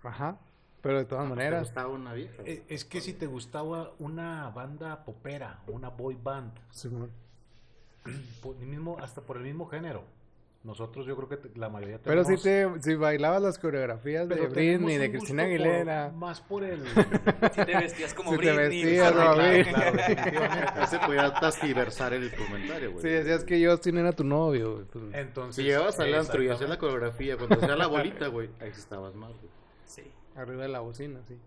[SPEAKER 5] Ajá, pero de
[SPEAKER 8] Ah,
[SPEAKER 5] todas
[SPEAKER 4] Te
[SPEAKER 5] maneras.
[SPEAKER 4] gustaba una vieja. güey.
[SPEAKER 8] Es, Eh, es que si te gustaba una banda popera, una boy band,
[SPEAKER 5] Simón.
[SPEAKER 8] por el mismo, hasta por el mismo género. Nosotros yo creo que te- la mayoría
[SPEAKER 5] Pero si,
[SPEAKER 8] tenemos-
[SPEAKER 5] te, si bailabas las coreografías de
[SPEAKER 8] pero
[SPEAKER 5] Britney,
[SPEAKER 8] tenemos
[SPEAKER 5] de
[SPEAKER 8] un
[SPEAKER 5] Cristina
[SPEAKER 8] gusto por-
[SPEAKER 5] Aguilera.
[SPEAKER 8] más por
[SPEAKER 5] *laughs*
[SPEAKER 8] el...
[SPEAKER 6] Si te vestías como
[SPEAKER 5] Si te
[SPEAKER 6] Britney.
[SPEAKER 5] vestías,
[SPEAKER 6] güey.
[SPEAKER 5] ¿no?
[SPEAKER 8] claro,
[SPEAKER 5] *laughs*
[SPEAKER 8] claro, definitivamente.
[SPEAKER 4] Ya se podía tastiversar el comentario, güey.
[SPEAKER 5] Si decías que Justin era tu novio, güey, pues,
[SPEAKER 8] Entonces,
[SPEAKER 4] Si llegabas al antro y hacías
[SPEAKER 8] exactamente.
[SPEAKER 4] la coreografía, cuando hacías la bolita, güey, ahí sí estabas mal, güey.
[SPEAKER 6] Sí.
[SPEAKER 5] arriba de la bocina, sí.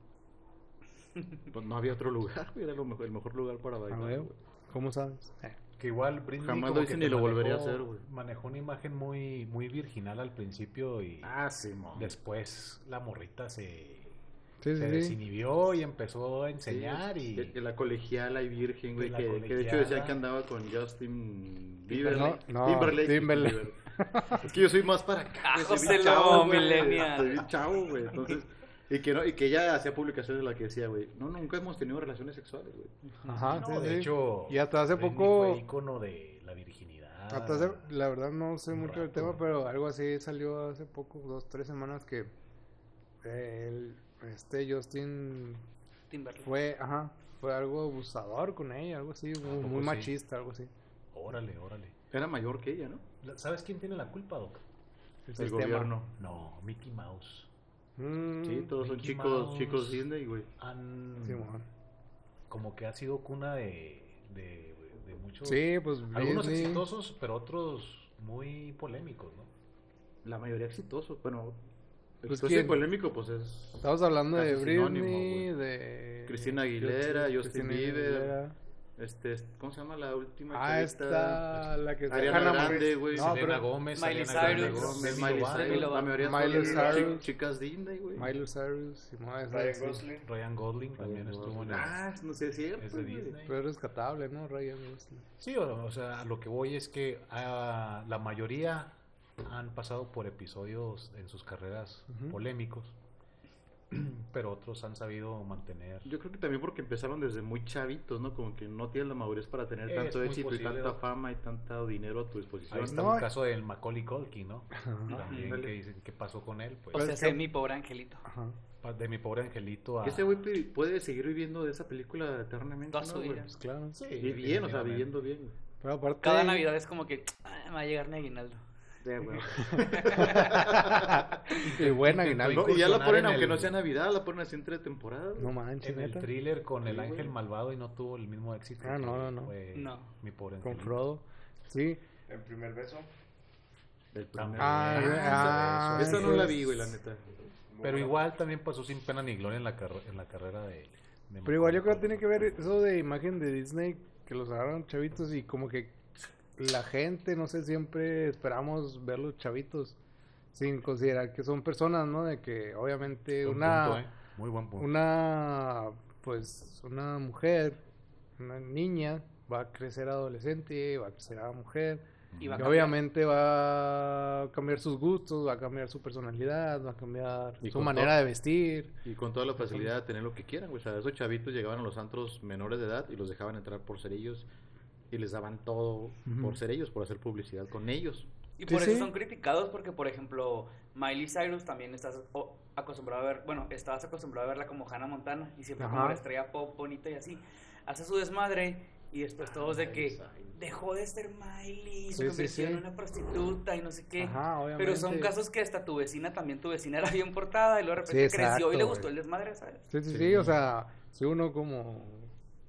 [SPEAKER 4] Pues no había otro lugar, güey, era lo mejor- el mejor lugar para
[SPEAKER 5] A
[SPEAKER 4] bailar,
[SPEAKER 5] huevo.
[SPEAKER 4] güey.
[SPEAKER 5] ¿Cómo sabes? Eh,
[SPEAKER 8] Que igual Britney
[SPEAKER 4] Jamás
[SPEAKER 8] como
[SPEAKER 4] lo
[SPEAKER 8] que
[SPEAKER 4] hice
[SPEAKER 8] te
[SPEAKER 4] ni lo volvería a
[SPEAKER 8] manejó-
[SPEAKER 4] hacer, güey.
[SPEAKER 8] Manejó una imagen muy, muy virginal al principio y
[SPEAKER 4] Ah, sí, mo.
[SPEAKER 8] después la morrita se,
[SPEAKER 5] Sí,
[SPEAKER 8] se
[SPEAKER 5] sí, sí.
[SPEAKER 8] desinhibió y empezó a enseñar
[SPEAKER 4] Sí,
[SPEAKER 8] y
[SPEAKER 4] que- que la colegiala y virgen, güey,
[SPEAKER 8] La
[SPEAKER 4] que, que de hecho decían
[SPEAKER 8] colegiala.
[SPEAKER 4] que andaba con Justin Bieber.
[SPEAKER 5] No, no,
[SPEAKER 4] Timberlake.
[SPEAKER 5] Timberlake.
[SPEAKER 4] Timberlake. *laughs* Es que yo soy más para acá. güey, soy bien
[SPEAKER 6] Cájoselo,
[SPEAKER 4] chavo, güey,
[SPEAKER 6] millennial.
[SPEAKER 4] Soy bien chavo, güey. Entonces, y que no, y que ella hacía publicaciones en las que decía, güey, no, nunca hemos tenido relaciones sexuales, güey.
[SPEAKER 5] Ajá,
[SPEAKER 8] No,
[SPEAKER 5] sí,
[SPEAKER 8] de
[SPEAKER 5] sí.
[SPEAKER 8] hecho
[SPEAKER 5] Y hasta hace
[SPEAKER 8] Britney
[SPEAKER 5] poco-
[SPEAKER 8] fue ícono de la virginidad.
[SPEAKER 5] Hasta hace- la verdad no sé
[SPEAKER 8] un
[SPEAKER 5] mucho del
[SPEAKER 8] rato,
[SPEAKER 5] tema,
[SPEAKER 8] güey.
[SPEAKER 5] pero algo así salió hace poco, dos, tres semanas que eh, el, este Justin
[SPEAKER 6] Timberlake.
[SPEAKER 5] fue, ajá, fue algo abusador con ella, algo así, muy,
[SPEAKER 8] poco
[SPEAKER 5] muy
[SPEAKER 8] sí?
[SPEAKER 5] machista, algo así.
[SPEAKER 8] Órale, órale.
[SPEAKER 4] Era mayor que ella, ¿no?
[SPEAKER 8] La- ¿Sabes quién tiene la culpa, Doc?
[SPEAKER 5] El
[SPEAKER 4] El
[SPEAKER 5] sistema.
[SPEAKER 4] gobierno.
[SPEAKER 8] No, Mickey Mouse.
[SPEAKER 5] Mm,
[SPEAKER 4] Sí, todos son
[SPEAKER 8] Mickey
[SPEAKER 4] chicos,
[SPEAKER 8] Mouse.
[SPEAKER 4] chicos Disney, güey.
[SPEAKER 8] Han-
[SPEAKER 5] Simón.
[SPEAKER 8] como que ha sido cuna de, de, de muchos...
[SPEAKER 5] Sí, pues
[SPEAKER 8] Algunos
[SPEAKER 5] Britney.
[SPEAKER 8] exitosos, pero otros muy polémicos, ¿no?
[SPEAKER 4] La mayoría exitoso, bueno,
[SPEAKER 5] Pues,
[SPEAKER 4] exitoso y
[SPEAKER 5] ¿quién?
[SPEAKER 4] polémico, pues es
[SPEAKER 5] Estamos hablando de
[SPEAKER 4] Casi sinónimo,
[SPEAKER 5] Britney,
[SPEAKER 4] güey.
[SPEAKER 5] de
[SPEAKER 4] Cristina Aguilera, Justin Bieber.
[SPEAKER 5] Aguilera.
[SPEAKER 4] este, ¿cómo se llama la última
[SPEAKER 5] Ah,
[SPEAKER 4] chavita?
[SPEAKER 5] esta la que
[SPEAKER 4] Ariana
[SPEAKER 5] Hannah Montana.
[SPEAKER 4] Grande, güey.
[SPEAKER 5] No,
[SPEAKER 8] Selena
[SPEAKER 5] pero
[SPEAKER 8] Gómez,
[SPEAKER 6] Miley
[SPEAKER 8] Ariana
[SPEAKER 6] Cyrus.
[SPEAKER 8] Grande,
[SPEAKER 4] Gómez,
[SPEAKER 8] Gómez,
[SPEAKER 4] Miley
[SPEAKER 8] Lovato,
[SPEAKER 4] Cyrus, la mayoría son
[SPEAKER 5] Miley
[SPEAKER 4] chi-
[SPEAKER 5] Cyrus.
[SPEAKER 4] chicas Disney, güey.
[SPEAKER 5] Miley Cyrus, Simón, esa
[SPEAKER 10] Ryan
[SPEAKER 5] es-
[SPEAKER 10] Gosling.
[SPEAKER 8] Ryan Gosling también estuvo en el-
[SPEAKER 4] Ah, no sé, es cierto.
[SPEAKER 8] es de
[SPEAKER 4] güey.
[SPEAKER 8] Disney.
[SPEAKER 5] Pero es rescatable, ¿no? Ryan Gosling.
[SPEAKER 8] Sí, o, o sea, a lo que voy es que ah, la mayoría han pasado por episodios en sus carreras
[SPEAKER 5] Ujú.
[SPEAKER 8] polémicos, *clears throat* pero otros han sabido mantener.
[SPEAKER 4] Yo creo que también porque empezaron desde muy chavitos, ¿no? Como que no tienes la madurez para tener
[SPEAKER 8] Es
[SPEAKER 4] tanto
[SPEAKER 8] muy
[SPEAKER 4] éxito
[SPEAKER 8] posible,
[SPEAKER 4] y tanta
[SPEAKER 8] ¿no?
[SPEAKER 4] fama y tanto dinero a tu
[SPEAKER 8] Ahí
[SPEAKER 4] disposición.
[SPEAKER 8] está
[SPEAKER 5] No,
[SPEAKER 8] el caso del Macaulay Culkin, ¿no? También
[SPEAKER 4] Ándale.
[SPEAKER 8] que dicen qué pasó con él,
[SPEAKER 6] O
[SPEAKER 8] pues
[SPEAKER 6] sea, sé mi pobre angelito.
[SPEAKER 5] Ajá.
[SPEAKER 8] pa- de mi pobre angelito a
[SPEAKER 4] Ese Este güey pi- puede seguir viviendo de esa película eternamente,
[SPEAKER 6] Toda su
[SPEAKER 4] ¿no, güey?
[SPEAKER 6] vida.
[SPEAKER 5] Pues claro.
[SPEAKER 8] Sí,
[SPEAKER 4] Y bien, o sea,
[SPEAKER 8] definitivamente.
[SPEAKER 4] viviendo bien.
[SPEAKER 5] Pero aparte.
[SPEAKER 6] Cada Navidad es como que "Ah, me va a llegar mi aguinaldo.
[SPEAKER 4] De güey.
[SPEAKER 5] *laughs* Y buen
[SPEAKER 4] No,
[SPEAKER 5] aguinaldo.
[SPEAKER 4] y ya la
[SPEAKER 8] incursionar
[SPEAKER 4] ponen,
[SPEAKER 8] en
[SPEAKER 4] aunque
[SPEAKER 8] el-
[SPEAKER 4] no sea Navidad, la ponen así entre temporadas.
[SPEAKER 5] No manches,
[SPEAKER 8] en el
[SPEAKER 5] neta.
[SPEAKER 8] thriller con el
[SPEAKER 4] Sí,
[SPEAKER 8] ángel
[SPEAKER 4] güey.
[SPEAKER 8] malvado y no tuvo el mismo éxito.
[SPEAKER 5] Ah,
[SPEAKER 8] que
[SPEAKER 5] no, no, no.
[SPEAKER 8] fue
[SPEAKER 6] No.
[SPEAKER 8] Mi pobre
[SPEAKER 5] Con
[SPEAKER 8] angelito.
[SPEAKER 5] Frodo. Sí.
[SPEAKER 10] El primer beso.
[SPEAKER 4] El
[SPEAKER 8] También.
[SPEAKER 5] Ah, ah, pues.
[SPEAKER 4] Esa no
[SPEAKER 5] sí.
[SPEAKER 4] la vi, güey, la neta.
[SPEAKER 10] Muy
[SPEAKER 8] Pero
[SPEAKER 10] buena.
[SPEAKER 8] igual también pasó sin pena ni gloria en la, carre- en la carrera de, de
[SPEAKER 5] Pero igual yo creo que
[SPEAKER 8] Macaulay
[SPEAKER 5] tiene que ver eso de imagen de Disney, que los agarraron chavitos y como que la gente, no sé, siempre esperamos ver los chavitos sin considerar que son personas, ¿no? De que obviamente
[SPEAKER 8] Culkin. Buen
[SPEAKER 5] una,
[SPEAKER 8] punto, ¿eh? Muy buen punto.
[SPEAKER 5] una, pues, una mujer, una niña va a crecer adolescente, va a crecer a mujer,
[SPEAKER 6] Y va a
[SPEAKER 5] Y
[SPEAKER 6] cambiar.
[SPEAKER 5] Mm. obviamente va a cambiar sus gustos, va a cambiar su personalidad, va a cambiar
[SPEAKER 4] Y
[SPEAKER 5] su
[SPEAKER 4] con
[SPEAKER 5] manera
[SPEAKER 4] todo.
[SPEAKER 5] de vestir.
[SPEAKER 4] Y con toda la facilidad de tener lo que quieran, güey. O sea, esos chavitos llegaban a los antros menores de edad y los dejaban entrar por ser ellos. Y les daban todo por ser ellos, por hacer publicidad con ellos.
[SPEAKER 6] Y
[SPEAKER 5] Sí,
[SPEAKER 6] por eso
[SPEAKER 5] sí.
[SPEAKER 6] son criticados porque, por ejemplo, Miley Cyrus también estás o- acostumbrado a ver, bueno, estabas acostumbrado a verla como Hannah Montana y siempre como
[SPEAKER 5] Ajá.
[SPEAKER 6] la estrella pop bonita y así. Hace su desmadre y después todos de que dejó de ser
[SPEAKER 5] Ah, Sí,
[SPEAKER 6] Miley, se
[SPEAKER 5] sí,
[SPEAKER 6] convirtió en
[SPEAKER 5] sí.
[SPEAKER 6] una prostituta y no sé qué.
[SPEAKER 5] Ajá, obviamente.
[SPEAKER 6] Pero son casos que hasta tu vecina también, tu vecina era bien portada y luego de
[SPEAKER 5] Sí,
[SPEAKER 6] repente creció y
[SPEAKER 5] exacto,
[SPEAKER 6] le gustó
[SPEAKER 5] güey.
[SPEAKER 6] el desmadre, ¿sabes?
[SPEAKER 5] Sí, sí, sí, o sea, si uno como,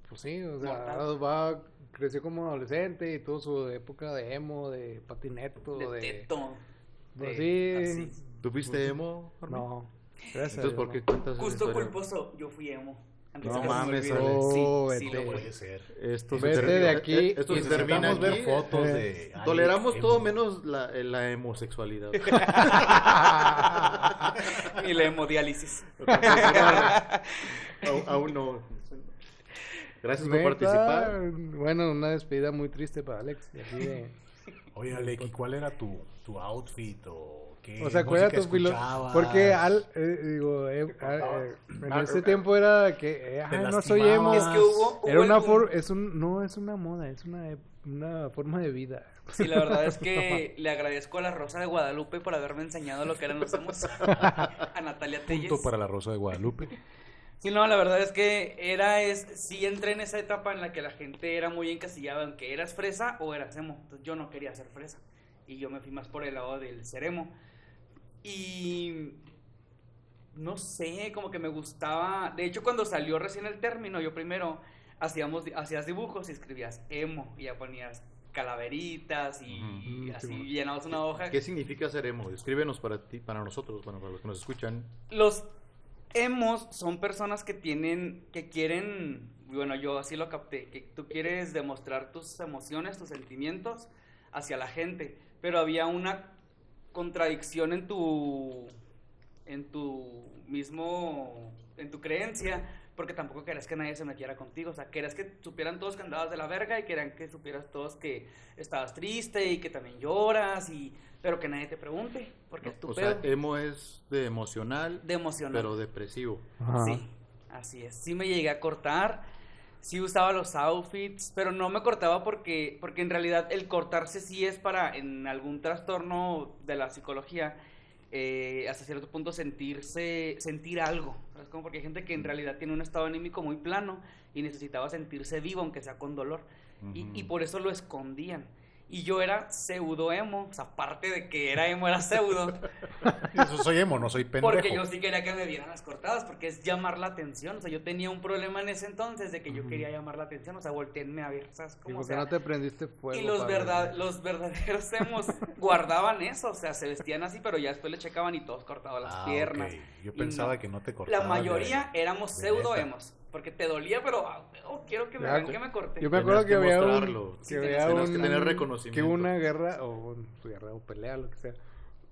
[SPEAKER 5] pues sí, o sea,
[SPEAKER 6] Mortal.
[SPEAKER 5] va, creció como adolescente y tuvo su época de emo, de patineto,
[SPEAKER 6] De
[SPEAKER 5] de...
[SPEAKER 6] teto.
[SPEAKER 5] pues
[SPEAKER 6] de-
[SPEAKER 5] sí,
[SPEAKER 6] así.
[SPEAKER 4] ¿Tuviste emo? Armin?
[SPEAKER 5] Pues, no, gracias a
[SPEAKER 4] Entonces,
[SPEAKER 5] Dios,
[SPEAKER 4] ¿por
[SPEAKER 5] no.
[SPEAKER 4] qué cuentas esa
[SPEAKER 6] Gusto
[SPEAKER 4] historia?
[SPEAKER 6] culposo, yo fui emo. Antes
[SPEAKER 4] No
[SPEAKER 6] de que se me
[SPEAKER 4] mames,
[SPEAKER 6] olvide.
[SPEAKER 5] Ale. Oh,
[SPEAKER 6] Sí, sí,
[SPEAKER 5] vete.
[SPEAKER 6] lo fue.
[SPEAKER 8] Puede ser.
[SPEAKER 4] Esto
[SPEAKER 5] Vete
[SPEAKER 4] termina-
[SPEAKER 5] de aquí
[SPEAKER 4] eh, Esto
[SPEAKER 5] y
[SPEAKER 4] se termina
[SPEAKER 8] Necesitamos ver
[SPEAKER 4] aquí.
[SPEAKER 8] fotos
[SPEAKER 5] Eh,
[SPEAKER 8] de. Alex
[SPEAKER 4] Toleramos
[SPEAKER 8] Emo.
[SPEAKER 4] todo menos la, eh,
[SPEAKER 5] *laughs*
[SPEAKER 4] la homosexualidad.
[SPEAKER 6] Y la hemodiálisis.
[SPEAKER 5] *laughs*
[SPEAKER 4] aún, aún no. Gracias por
[SPEAKER 5] Neta,
[SPEAKER 4] participar.
[SPEAKER 5] Bueno, una despedida muy triste para Alex. así
[SPEAKER 8] Eh,
[SPEAKER 5] de-
[SPEAKER 8] Oye, Alec, ¿y cuál era tu, tu outfit? ¿O, qué
[SPEAKER 5] o sea, ¿cuál era tu
[SPEAKER 8] música
[SPEAKER 5] filo-
[SPEAKER 8] escuchabas?
[SPEAKER 5] Porque al, eh, digo, eh, ah, eh, en ese tiempo era que, eh,
[SPEAKER 8] Te
[SPEAKER 5] ay, no soy emo.
[SPEAKER 8] lastimabas.
[SPEAKER 6] Es que hubo. hubo
[SPEAKER 5] Era una
[SPEAKER 6] algún-
[SPEAKER 5] for- es un, no es una moda, es una, e- una forma de vida.
[SPEAKER 6] Sí, la verdad es que le agradezco a la Rosa de Guadalupe por haberme enseñado lo que eran los emos. A Natalia Telles.
[SPEAKER 8] Punto para la Rosa de Guadalupe.
[SPEAKER 6] Sí, no, la verdad es que era, es, sí entré en esa etapa en la que la gente era muy encasillada en que eras fresa o eras emo. Entonces yo no quería ser fresa. Y yo me fui más por el lado del ser emo. Y no sé, como que me gustaba. De hecho, cuando salió recién el término, yo primero hacíamos, hacías dibujos y escribías emo. Y ya ponías calaveritas y
[SPEAKER 5] Ujú. Mm,
[SPEAKER 6] así
[SPEAKER 5] Simón.
[SPEAKER 6] llenabas una hoja.
[SPEAKER 4] ¿Qué significa ser emo? Escríbenos para ti, para nosotros, bueno, para los que nos escuchan.
[SPEAKER 6] Los emos son personas que tienen, que quieren, bueno, yo así lo capté, que tú quieres demostrar tus emociones, tus sentimientos hacia la gente, pero había una contradicción en tu, en tu mismo, en tu creencia, porque tampoco querías que nadie se metiera contigo, o sea, querías que supieran todos que andabas de la verga y querían que supieras todos que estabas triste y que también lloras y, pero que nadie te pregunte, porque es tu
[SPEAKER 4] O sea,
[SPEAKER 6] pedo.
[SPEAKER 4] emo es de emocional,
[SPEAKER 6] de emocional.
[SPEAKER 4] pero depresivo.
[SPEAKER 6] Sí, así es. Sí me llegué a cortar, sí usaba los outfits, pero no me cortaba porque, porque en realidad el cortarse sí es para en algún trastorno de la psicología eh, hasta cierto punto sentirse, sentir algo. Es como porque hay gente que en realidad tiene un estado anímico muy plano y necesitaba sentirse vivo, aunque sea con dolor. *laughs* Y, y por eso lo escondían. Y yo era pseudo emo, o sea, aparte de que era emo, era pseudo.
[SPEAKER 8] Eso soy emo, no soy pendejo.
[SPEAKER 6] Porque yo sí quería que me vieran las cortadas, porque es llamar la atención. O sea, yo tenía un problema en ese entonces de que yo quería llamar la atención. O sea, volteenme a ver, ¿sabes?
[SPEAKER 5] ¿Y
[SPEAKER 6] Como
[SPEAKER 5] por qué
[SPEAKER 6] sea.
[SPEAKER 5] no te prendiste fuego?
[SPEAKER 6] Y los,
[SPEAKER 5] Pablo?
[SPEAKER 6] verdad, los
[SPEAKER 5] *laughs*
[SPEAKER 6] verdaderos hemos guardaban eso. O sea, se vestían así, pero ya después le checaban y todos cortados las
[SPEAKER 8] Ah,
[SPEAKER 6] piernas.
[SPEAKER 8] ok. Yo
[SPEAKER 6] Y
[SPEAKER 8] pensaba
[SPEAKER 6] no.
[SPEAKER 8] que no te
[SPEAKER 6] La
[SPEAKER 8] cortabas.
[SPEAKER 6] mayoría éramos
[SPEAKER 8] de
[SPEAKER 6] pseudo
[SPEAKER 8] neta.
[SPEAKER 6] hemos. Porque te dolía, pero ah, oh, quiero que me
[SPEAKER 5] Ya,
[SPEAKER 6] vean
[SPEAKER 5] te-
[SPEAKER 6] que me corté.
[SPEAKER 5] Yo me acuerdo que,
[SPEAKER 4] Tenías que
[SPEAKER 5] había un-
[SPEAKER 4] mostrarlo.
[SPEAKER 5] que
[SPEAKER 6] Sí,
[SPEAKER 5] había
[SPEAKER 6] tenías-
[SPEAKER 4] tenías que
[SPEAKER 5] un-
[SPEAKER 4] tener reconocimiento.
[SPEAKER 5] que hubo una guerra o un- pues, guerra o pelea, lo que sea.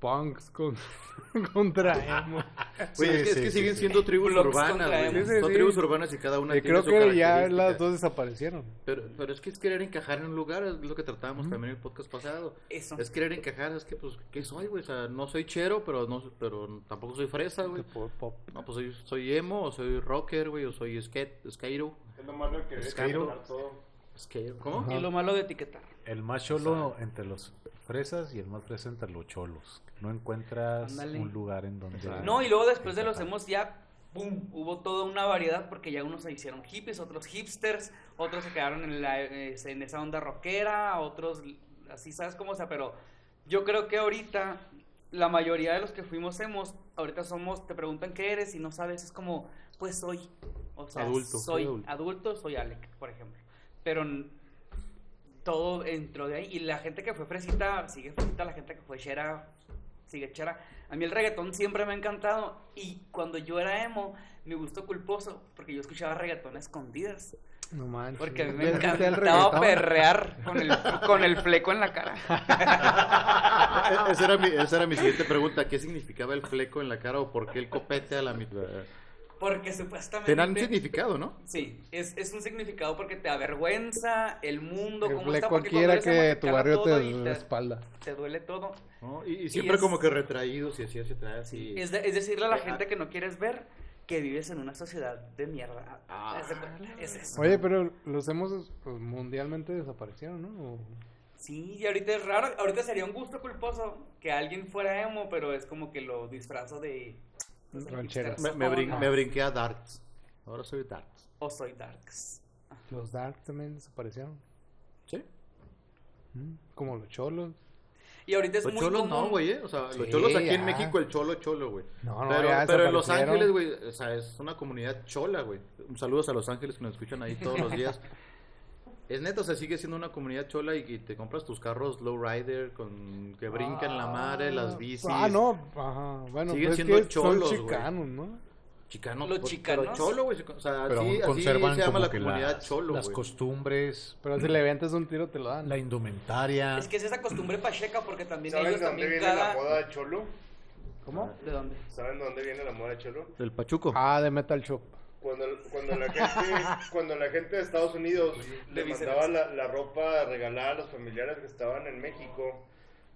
[SPEAKER 5] Punks con- *laughs* contra emos.
[SPEAKER 4] Oye,
[SPEAKER 8] Sí,
[SPEAKER 4] Pues es que,
[SPEAKER 8] sí,
[SPEAKER 4] es que
[SPEAKER 8] sí,
[SPEAKER 4] siguen
[SPEAKER 8] sí.
[SPEAKER 4] siendo tribus
[SPEAKER 6] Locos
[SPEAKER 4] urbanas,
[SPEAKER 6] contra
[SPEAKER 4] güey.
[SPEAKER 6] emos.
[SPEAKER 5] Sí, sí,
[SPEAKER 4] Son
[SPEAKER 5] sí.
[SPEAKER 4] tribus urbanas y cada una
[SPEAKER 5] Y
[SPEAKER 4] tiene
[SPEAKER 5] Eh, creo
[SPEAKER 4] su
[SPEAKER 5] que ya
[SPEAKER 4] característica.
[SPEAKER 5] las dos desaparecieron.
[SPEAKER 4] Pero, pero es que es querer encajar en un lugar, es lo que tratábamos también en el podcast pasado.
[SPEAKER 6] Eso.
[SPEAKER 4] Es querer encajar, es que, pues, ¿qué soy, güey? O sea, no soy chero, pero, no, pero tampoco soy fresa, güey.
[SPEAKER 5] Pop, pop.
[SPEAKER 4] No, pues soy, soy emo, o soy rocker, güey, o soy skate, skater.
[SPEAKER 11] Es lo malo de querer
[SPEAKER 4] Skater.
[SPEAKER 11] controlar todo.
[SPEAKER 4] Skater. ¿Cómo?
[SPEAKER 6] Y lo malo de etiquetar.
[SPEAKER 8] El más cholo entre los fresas y el más fresa entre los cholos. No encuentras
[SPEAKER 6] Ándale.
[SPEAKER 8] un lugar en donde.
[SPEAKER 6] No, y luego después de los hemos ya, ¡pum! Hubo toda una variedad porque ya unos se hicieron hippies, otros hipsters, otros se quedaron en, la, eh, en esa onda rockera, otros así, ¿sabes cómo? O sea, pero yo creo que ahorita la mayoría de los que fuimos hemos, ahorita somos, te preguntan qué eres y no sabes, es como, pues soy, o sea,
[SPEAKER 4] Adulto, soy
[SPEAKER 6] soy
[SPEAKER 4] adulto.
[SPEAKER 6] adulto. soy Alec, por ejemplo. Pero n- todo entró de ahí y la gente que fue fresita sigue fresita, la gente que fue chera sigue chera. A mí el reggaetón siempre me ha encantado y cuando yo era emo, mi gusto culposo, porque yo escuchaba reggaetón a escondidas,
[SPEAKER 5] No manches.
[SPEAKER 6] porque a mí me
[SPEAKER 5] Ya escuché el
[SPEAKER 6] encantaba
[SPEAKER 5] reggaetón.
[SPEAKER 6] perrear con el, con el fleco en la cara.
[SPEAKER 4] *laughs* Ah, esa, era mi, esa era mi siguiente pregunta. ¿Qué significaba el fleco en la cara o por qué el copete a la mitad?
[SPEAKER 6] Porque supuestamente...
[SPEAKER 4] Tendrán un significado, ¿no?
[SPEAKER 6] Sí, es, es un significado porque te avergüenza el mundo,
[SPEAKER 5] Que
[SPEAKER 6] cómo
[SPEAKER 5] le
[SPEAKER 6] está, porque
[SPEAKER 5] cualquiera
[SPEAKER 6] cuando eres
[SPEAKER 5] que tu
[SPEAKER 6] americano
[SPEAKER 5] barrio
[SPEAKER 6] todo y
[SPEAKER 5] te
[SPEAKER 6] *laughs*
[SPEAKER 5] respalda.
[SPEAKER 6] te duele todo.
[SPEAKER 4] ¿No? Y, y siempre
[SPEAKER 6] es-
[SPEAKER 4] como que retraídos y así hacia atrás. Y...
[SPEAKER 6] Es, de- es decirle a la
[SPEAKER 4] Ah.
[SPEAKER 6] gente que no quieres ver que vives en una sociedad de mierda. Es, es eso.
[SPEAKER 5] Oye, pero los hemos pues, mundialmente desaparecieron, ¿no? O-
[SPEAKER 6] Sí, y ahorita es raro, ahorita sería un gusto culposo que alguien fuera emo, pero es como que lo disfrazo de... pues, el
[SPEAKER 5] Rancheras.
[SPEAKER 4] Me,
[SPEAKER 6] hipster
[SPEAKER 4] me, brin-
[SPEAKER 6] zona,
[SPEAKER 4] me brinqué a Darts. Ahora soy Darts.
[SPEAKER 6] O soy darks.
[SPEAKER 5] Los Dark también desaparecieron.
[SPEAKER 4] ¿Sí?
[SPEAKER 5] Mm, Como los cholos.
[SPEAKER 6] Y ahorita es
[SPEAKER 4] Los
[SPEAKER 6] muy
[SPEAKER 4] cholos
[SPEAKER 6] común.
[SPEAKER 4] no, güey, ¿eh? O sea, los
[SPEAKER 5] Sí,
[SPEAKER 4] cholos aquí en
[SPEAKER 5] ya.
[SPEAKER 4] México, el cholo, cholo, güey.
[SPEAKER 5] No, no,
[SPEAKER 4] Pero,
[SPEAKER 5] ya
[SPEAKER 4] pero en Los
[SPEAKER 5] desaparecieron.
[SPEAKER 4] Ángeles, güey, o sea, es una comunidad chola, güey. Un saludos a Los Ángeles que nos escuchan ahí todos
[SPEAKER 5] *laughs*
[SPEAKER 4] los días. Es neta, o sea, sigue siendo una comunidad chola y, que te compras tus carros lowrider con que brincan la madre, las bicis.
[SPEAKER 5] Ah, no. Ajá. Bueno,
[SPEAKER 4] Siguen
[SPEAKER 5] pues es
[SPEAKER 4] siendo
[SPEAKER 5] que
[SPEAKER 4] cholos,
[SPEAKER 5] son
[SPEAKER 4] güey.
[SPEAKER 5] chicanos, ¿no?
[SPEAKER 4] Chicano,
[SPEAKER 6] Los
[SPEAKER 4] por-
[SPEAKER 6] chicanos.
[SPEAKER 4] Pero cholo, güey. O sea,
[SPEAKER 8] Pero
[SPEAKER 4] así,
[SPEAKER 8] aún
[SPEAKER 4] así
[SPEAKER 8] conservan
[SPEAKER 4] se llama
[SPEAKER 8] como
[SPEAKER 4] la
[SPEAKER 8] que
[SPEAKER 4] comunidad
[SPEAKER 8] las,
[SPEAKER 4] cholo,
[SPEAKER 8] las
[SPEAKER 4] güey.
[SPEAKER 8] costumbres,
[SPEAKER 5] Pero si le ventas un tiro, te lo dan.
[SPEAKER 8] la indumentaria.
[SPEAKER 6] Es que es esa costumbre pacheca porque también
[SPEAKER 12] ¿Saben
[SPEAKER 6] ellos
[SPEAKER 12] dónde
[SPEAKER 6] también
[SPEAKER 12] viene
[SPEAKER 6] cada...
[SPEAKER 12] la moda cholo?
[SPEAKER 5] ¿Cómo?
[SPEAKER 6] ¿De dónde?
[SPEAKER 12] ¿Saben dónde viene la moda cholo?
[SPEAKER 4] El Pachuco.
[SPEAKER 5] Ah, de Metal Shop.
[SPEAKER 12] Cuando, cuando, la, gente,
[SPEAKER 6] *laughs*
[SPEAKER 12] cuando la gente de Estados Unidos le mandaba la, la ropa regalada a los familiares que estaban en México,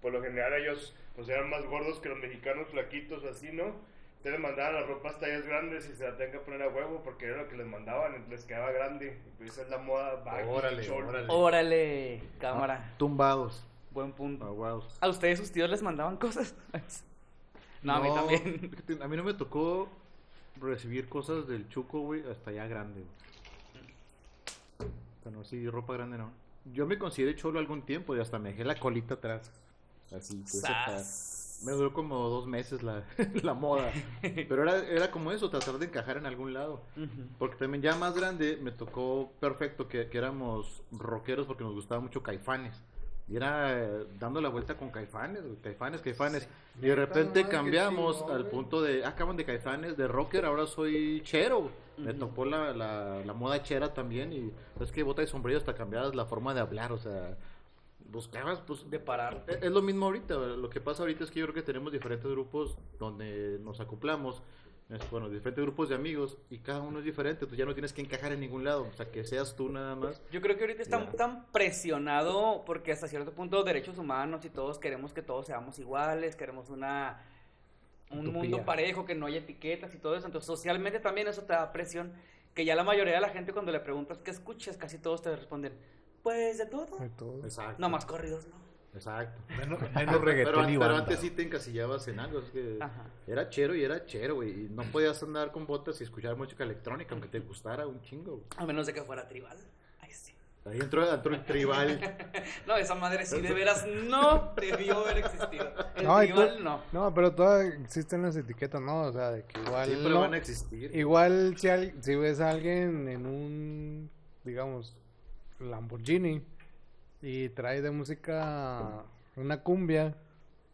[SPEAKER 12] por lo general ellos pues eran más gordos que los mexicanos flaquitos así, ¿no? Entonces les mandaban la ropa hasta ellas grandes y se la tenían que poner a huevo porque era lo que les mandaban, les quedaba grande. Pues esa es la moda baggy,
[SPEAKER 8] Órale,
[SPEAKER 12] cholo.
[SPEAKER 8] órale.
[SPEAKER 6] Órale, cámara.
[SPEAKER 4] Tumbados.
[SPEAKER 6] Buen punto.
[SPEAKER 4] Aguados.
[SPEAKER 6] ¿A ustedes sus tíos les mandaban cosas? *laughs* no, a mí también.
[SPEAKER 4] fíjate, *laughs* A mí no me tocó recibir cosas del Chuco, güey, hasta ya grande. güey. Pero no, sí, ropa grande no. Yo me consideré cholo algún tiempo y hasta me dejé la colita atrás. Así, pues, o sea,
[SPEAKER 6] Sas.
[SPEAKER 4] me duró como dos meses la, *laughs* la moda. Pero era, era como eso, tratar de encajar en algún lado.
[SPEAKER 6] Ujú.
[SPEAKER 4] Porque también ya más grande me tocó perfecto que, que éramos rockeros porque nos gustaba mucho Caifanes. Y era eh, dando la vuelta con Caifanes, güey, Caifanes, Caifanes. Y de repente cambiamos al punto de, ah, acaban de Caifanes, de rocker, ahora soy chero. Me tocó la, la, la moda chera también y es que bota y sombrero hasta cambiadas la forma de hablar, o sea, buscabas pues
[SPEAKER 6] De parar.
[SPEAKER 4] es es lo mismo ahorita. Lo que pasa ahorita es que yo creo que tenemos diferentes grupos donde nos acoplamos. es- Bueno, diferentes grupos de amigos y cada uno es diferente. Tú ya no tienes que encajar en ningún lado. O sea, que seas tú nada más.
[SPEAKER 6] Yo creo que ahorita está
[SPEAKER 4] Ya.
[SPEAKER 6] tan presionado porque hasta cierto punto derechos humanos y todos queremos que todos seamos iguales, queremos una un
[SPEAKER 5] Utopía.
[SPEAKER 6] mundo parejo, que no haya etiquetas y todo eso. Entonces, socialmente también eso te da presión, que ya la mayoría de la gente cuando le preguntas qué escuchas, casi todos te responden, pues de todo,
[SPEAKER 5] De todo.
[SPEAKER 4] Exacto.
[SPEAKER 6] no más corridos, ¿no?
[SPEAKER 4] Exacto. *laughs*
[SPEAKER 8] Menos, menos reggaetón
[SPEAKER 4] Pero, an-
[SPEAKER 8] y
[SPEAKER 4] pero
[SPEAKER 8] banda.
[SPEAKER 4] antes sí te encasillabas en algo. es que
[SPEAKER 6] Ajá.
[SPEAKER 4] era chero y era chero, güey. Y no podías andar con botas y escuchar música electrónica, aunque te gustara un chingo. güey.
[SPEAKER 6] A menos de que fuera tribal. Ay, sí.
[SPEAKER 4] Ahí entró, entró el tribal.
[SPEAKER 6] No, esa madre sí de veras no debió haber existido. El
[SPEAKER 5] No, y tú-
[SPEAKER 6] tribal no.
[SPEAKER 5] No, pero todavía existen las etiquetas, ¿no? O sea, de que igual.
[SPEAKER 4] Siempre
[SPEAKER 5] no-
[SPEAKER 4] van a existir.
[SPEAKER 5] Igual si, al- si ves a alguien en un, digamos, Lamborghini y trae de música una cumbia,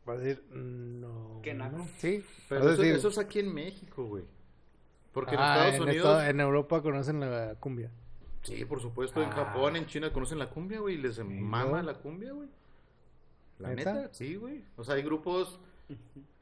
[SPEAKER 5] va a decir, no.
[SPEAKER 6] Qué naco.
[SPEAKER 5] no". Sí,
[SPEAKER 4] Pero
[SPEAKER 5] vas a
[SPEAKER 4] eso,
[SPEAKER 5] decir,
[SPEAKER 4] eso es aquí en México, güey.
[SPEAKER 5] "Ah,
[SPEAKER 4] Porque en Estados
[SPEAKER 5] en
[SPEAKER 4] Unidos.
[SPEAKER 5] Estados- en Europa conocen la cumbia.
[SPEAKER 4] Sí, por supuesto, en
[SPEAKER 5] Ah.
[SPEAKER 4] Japón, en China conocen la cumbia, güey, y les mama
[SPEAKER 5] ¿no?
[SPEAKER 4] la cumbia, güey. La
[SPEAKER 5] ¿Neta?
[SPEAKER 4] neta, sí, güey. O sea,
[SPEAKER 5] *laughs*
[SPEAKER 4] hay grupos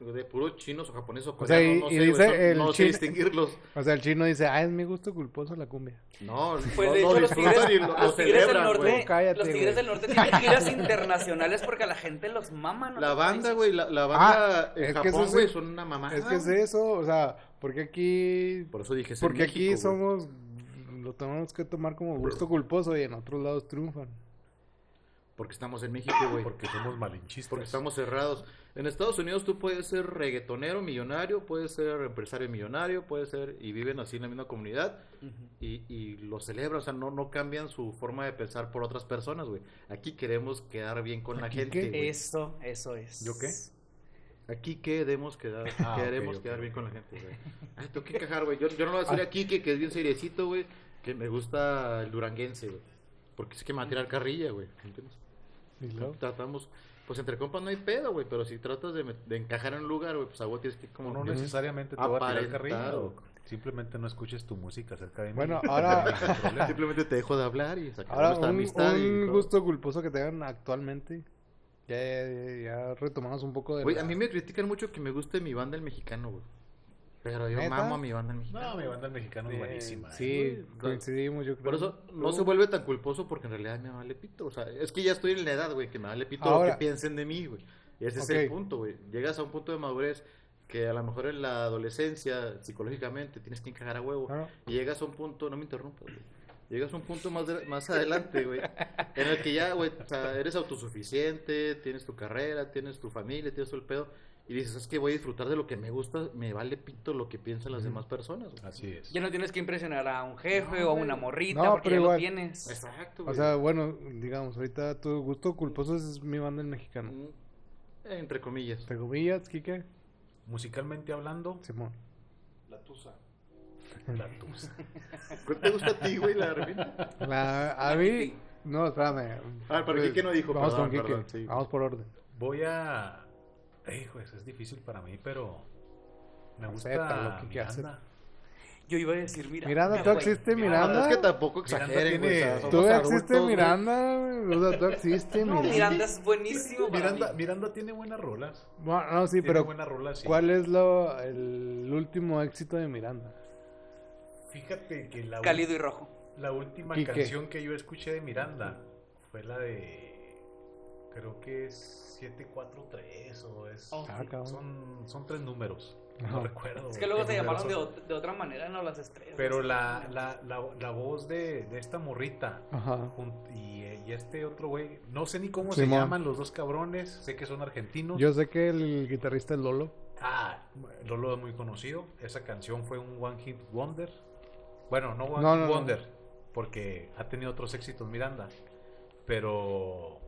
[SPEAKER 4] de puros chinos o japoneses o
[SPEAKER 5] O sea,
[SPEAKER 4] coreanos,
[SPEAKER 5] y-
[SPEAKER 4] no
[SPEAKER 5] y
[SPEAKER 4] sé, güey,
[SPEAKER 5] dice
[SPEAKER 4] son-
[SPEAKER 5] el
[SPEAKER 4] no sé
[SPEAKER 5] chin-
[SPEAKER 4] distinguirlos.
[SPEAKER 5] O sea, el chino dice, ah, es mi gusto culposo la cumbia.
[SPEAKER 4] No,
[SPEAKER 6] Pues
[SPEAKER 4] no,
[SPEAKER 6] de
[SPEAKER 4] no
[SPEAKER 6] hecho los
[SPEAKER 4] disfrutan
[SPEAKER 6] tigres,
[SPEAKER 4] y lo,
[SPEAKER 6] los
[SPEAKER 4] lo
[SPEAKER 6] Tigres del
[SPEAKER 4] celebran,
[SPEAKER 6] norte,
[SPEAKER 4] güey.
[SPEAKER 5] güey. Cállate,
[SPEAKER 6] los Tigres
[SPEAKER 5] güey.
[SPEAKER 6] del norte tienen giras internacionales porque a la gente los mama, ¿no?
[SPEAKER 4] La
[SPEAKER 6] te
[SPEAKER 4] banda,
[SPEAKER 6] parece?
[SPEAKER 4] güey, la, la banda
[SPEAKER 5] Ah, es
[SPEAKER 4] en
[SPEAKER 5] que eso
[SPEAKER 4] Japón,
[SPEAKER 5] sí.
[SPEAKER 4] güey, son una mamada.
[SPEAKER 5] es que es
[SPEAKER 4] güey.
[SPEAKER 5] eso, o sea, porque aquí,
[SPEAKER 4] Por eso dije, es en
[SPEAKER 5] porque aquí
[SPEAKER 4] México, güey.
[SPEAKER 5] somos, lo tenemos que tomar como gusto culposo y en otros lados triunfan.
[SPEAKER 4] Porque estamos en México, güey.
[SPEAKER 8] Porque somos malinchistas.
[SPEAKER 4] Porque estamos cerrados. En Estados Unidos tú puedes ser reggaetonero millonario, puedes ser empresario millonario, puedes ser... Y viven así en la misma comunidad y, y lo celebran. O sea, no, no cambian su forma de pensar por otras personas, güey. Aquí queremos quedar bien con la
[SPEAKER 5] ¿Aquí
[SPEAKER 4] gente,
[SPEAKER 5] qué?
[SPEAKER 4] güey.
[SPEAKER 6] Eso, eso es.
[SPEAKER 4] ¿Yo qué? Aquí queremos quedar,
[SPEAKER 8] Ah,
[SPEAKER 4] queremos
[SPEAKER 8] ok, ok,
[SPEAKER 4] quedar
[SPEAKER 8] ok.
[SPEAKER 4] bien con la gente, güey. Ay, tengo que encajar, güey. Yo, yo no lo voy a
[SPEAKER 5] Ah.
[SPEAKER 4] decir aquí que, que es bien seriecito, güey. Que me gusta el duranguense, güey. Porque es que me va a tirar carrilla, güey. ¿Entiendes?
[SPEAKER 5] Y luego,
[SPEAKER 4] tratamos, pues entre compas no hay pedo, güey, pero si tratas de, met- de encajar en un lugar, güey, pues a vos tienes que como
[SPEAKER 8] No
[SPEAKER 4] *laughs* que-
[SPEAKER 8] necesariamente te va a tirar
[SPEAKER 4] Aparentar,
[SPEAKER 8] carrilla.
[SPEAKER 4] o-
[SPEAKER 8] o Simplemente no escuches tu música acerca de mí.
[SPEAKER 5] Bueno, ahora-
[SPEAKER 8] No hay problema.
[SPEAKER 4] simplemente te dejo de hablar y sacar
[SPEAKER 5] Ahora,
[SPEAKER 4] nuestra
[SPEAKER 5] un,
[SPEAKER 4] amistad y
[SPEAKER 5] un
[SPEAKER 4] todo.
[SPEAKER 5] gusto culposo que tengan actualmente. Ya, ya, ya retomamos un poco de.
[SPEAKER 4] Güey,
[SPEAKER 5] la-
[SPEAKER 4] a mí me critican mucho que me guste mi banda el mexicano, güey. Pero yo
[SPEAKER 5] ¿Neta?
[SPEAKER 4] mamo a mi banda en México.
[SPEAKER 8] *laughs* No, mi banda mexicana es buenísima. ¿eh?
[SPEAKER 5] Sí,
[SPEAKER 4] Uy,
[SPEAKER 5] coincidimos, yo creo.
[SPEAKER 4] ¿eh? Por eso no se vuelve tan culposo porque en realidad me vale pito. O sea, es que ya estoy en la edad, güey, que me vale pito lo
[SPEAKER 5] Ahora-
[SPEAKER 4] que piensen de mí, güey. Y ese
[SPEAKER 5] Ok.
[SPEAKER 4] es el punto, güey. Llegas a un punto de madurez que a lo mejor en la adolescencia, psicológicamente, tienes que encajar a huevo.
[SPEAKER 5] Ah, no.
[SPEAKER 4] Y llegas a un punto, no me interrumpas, güey. Llegas a un punto más, de- más adelante, güey, en el que ya, güey, o sea, eres autosuficiente, tienes tu carrera, tienes tu familia, tienes todo el pedo, y dices, es que voy a disfrutar de lo que me gusta, me vale pito lo que piensan las demás personas, güey.
[SPEAKER 8] Así es.
[SPEAKER 6] Ya no tienes que impresionar a un jefe o a una morrita
[SPEAKER 5] No,
[SPEAKER 6] porque
[SPEAKER 5] pero
[SPEAKER 6] ya lo
[SPEAKER 5] igual.
[SPEAKER 6] tienes.
[SPEAKER 4] Exacto,
[SPEAKER 5] O
[SPEAKER 4] güey.
[SPEAKER 5] sea, bueno, digamos, ahorita tu gusto culposo es mi banda el mexicano.
[SPEAKER 4] Mm, Entre comillas.
[SPEAKER 5] ¿Te comillas, Kike?
[SPEAKER 8] Musicalmente hablando,
[SPEAKER 5] Simón.
[SPEAKER 8] la tusa.
[SPEAKER 4] ¿Cuál te gusta a ti, güey, la Armin?
[SPEAKER 5] La, a mí, no, espérame. Pues,
[SPEAKER 4] Ah, pero Quique no dijo,
[SPEAKER 5] Vamos
[SPEAKER 4] perdón,
[SPEAKER 5] con Quique,
[SPEAKER 4] perdón, sí.
[SPEAKER 5] vamos por orden.
[SPEAKER 8] Voy a. Hijo, eso es difícil para mí, pero. Me gusta.
[SPEAKER 5] Acéptalo, Quique,
[SPEAKER 8] Miranda.
[SPEAKER 5] acéptalo.
[SPEAKER 6] Yo iba a decir, mira.
[SPEAKER 5] Miranda,
[SPEAKER 6] me
[SPEAKER 5] ¿tú
[SPEAKER 6] voy.
[SPEAKER 5] existe
[SPEAKER 4] No,
[SPEAKER 5] Miranda?
[SPEAKER 4] es que tampoco
[SPEAKER 8] Miranda
[SPEAKER 4] exageren, güey. o
[SPEAKER 8] tiene-
[SPEAKER 4] sea, somos
[SPEAKER 5] ¿Tú existe
[SPEAKER 4] adultos, güey.
[SPEAKER 5] Miranda? güey? O sea, ¿tú existe
[SPEAKER 6] No,
[SPEAKER 5] Miranda?
[SPEAKER 6] Miranda es buenísimo. para
[SPEAKER 8] Miranda,
[SPEAKER 6] mí.
[SPEAKER 8] Miranda tiene buenas rolas.
[SPEAKER 5] Bueno, no, sí,
[SPEAKER 8] tiene
[SPEAKER 5] pero
[SPEAKER 8] buenas rolas, sí.
[SPEAKER 5] ¿cuál es lo, el último éxito de Miranda?
[SPEAKER 8] Fíjate que la, ul-
[SPEAKER 6] Cálido y rojo.
[SPEAKER 8] la última
[SPEAKER 5] Quique.
[SPEAKER 8] canción que yo escuché de Miranda fue la de. Creo que es 743 o es.
[SPEAKER 5] Ah, cabrón.
[SPEAKER 8] son, son tres números.
[SPEAKER 5] Ajá.
[SPEAKER 8] No recuerdo.
[SPEAKER 6] Es que luego
[SPEAKER 8] qué
[SPEAKER 6] se
[SPEAKER 8] números
[SPEAKER 6] llamaron de,
[SPEAKER 8] son.
[SPEAKER 6] ot- de otra manera, no las estrellas.
[SPEAKER 8] Pero la, la, la, la voz de, de esta morrita
[SPEAKER 5] Ajá.
[SPEAKER 8] jun- y, eh, y este otro güey, no sé ni cómo se
[SPEAKER 5] Simón.
[SPEAKER 8] llaman los dos cabrones, sé que son argentinos.
[SPEAKER 5] Yo sé que el guitarrista es Lolo.
[SPEAKER 8] Ah, Lolo es muy conocido. Esa canción fue un One Hit Wonder. Bueno, no One
[SPEAKER 5] No,
[SPEAKER 8] Hit
[SPEAKER 5] no, no.
[SPEAKER 8] Wonder, porque ha tenido otros éxitos Miranda. Pero.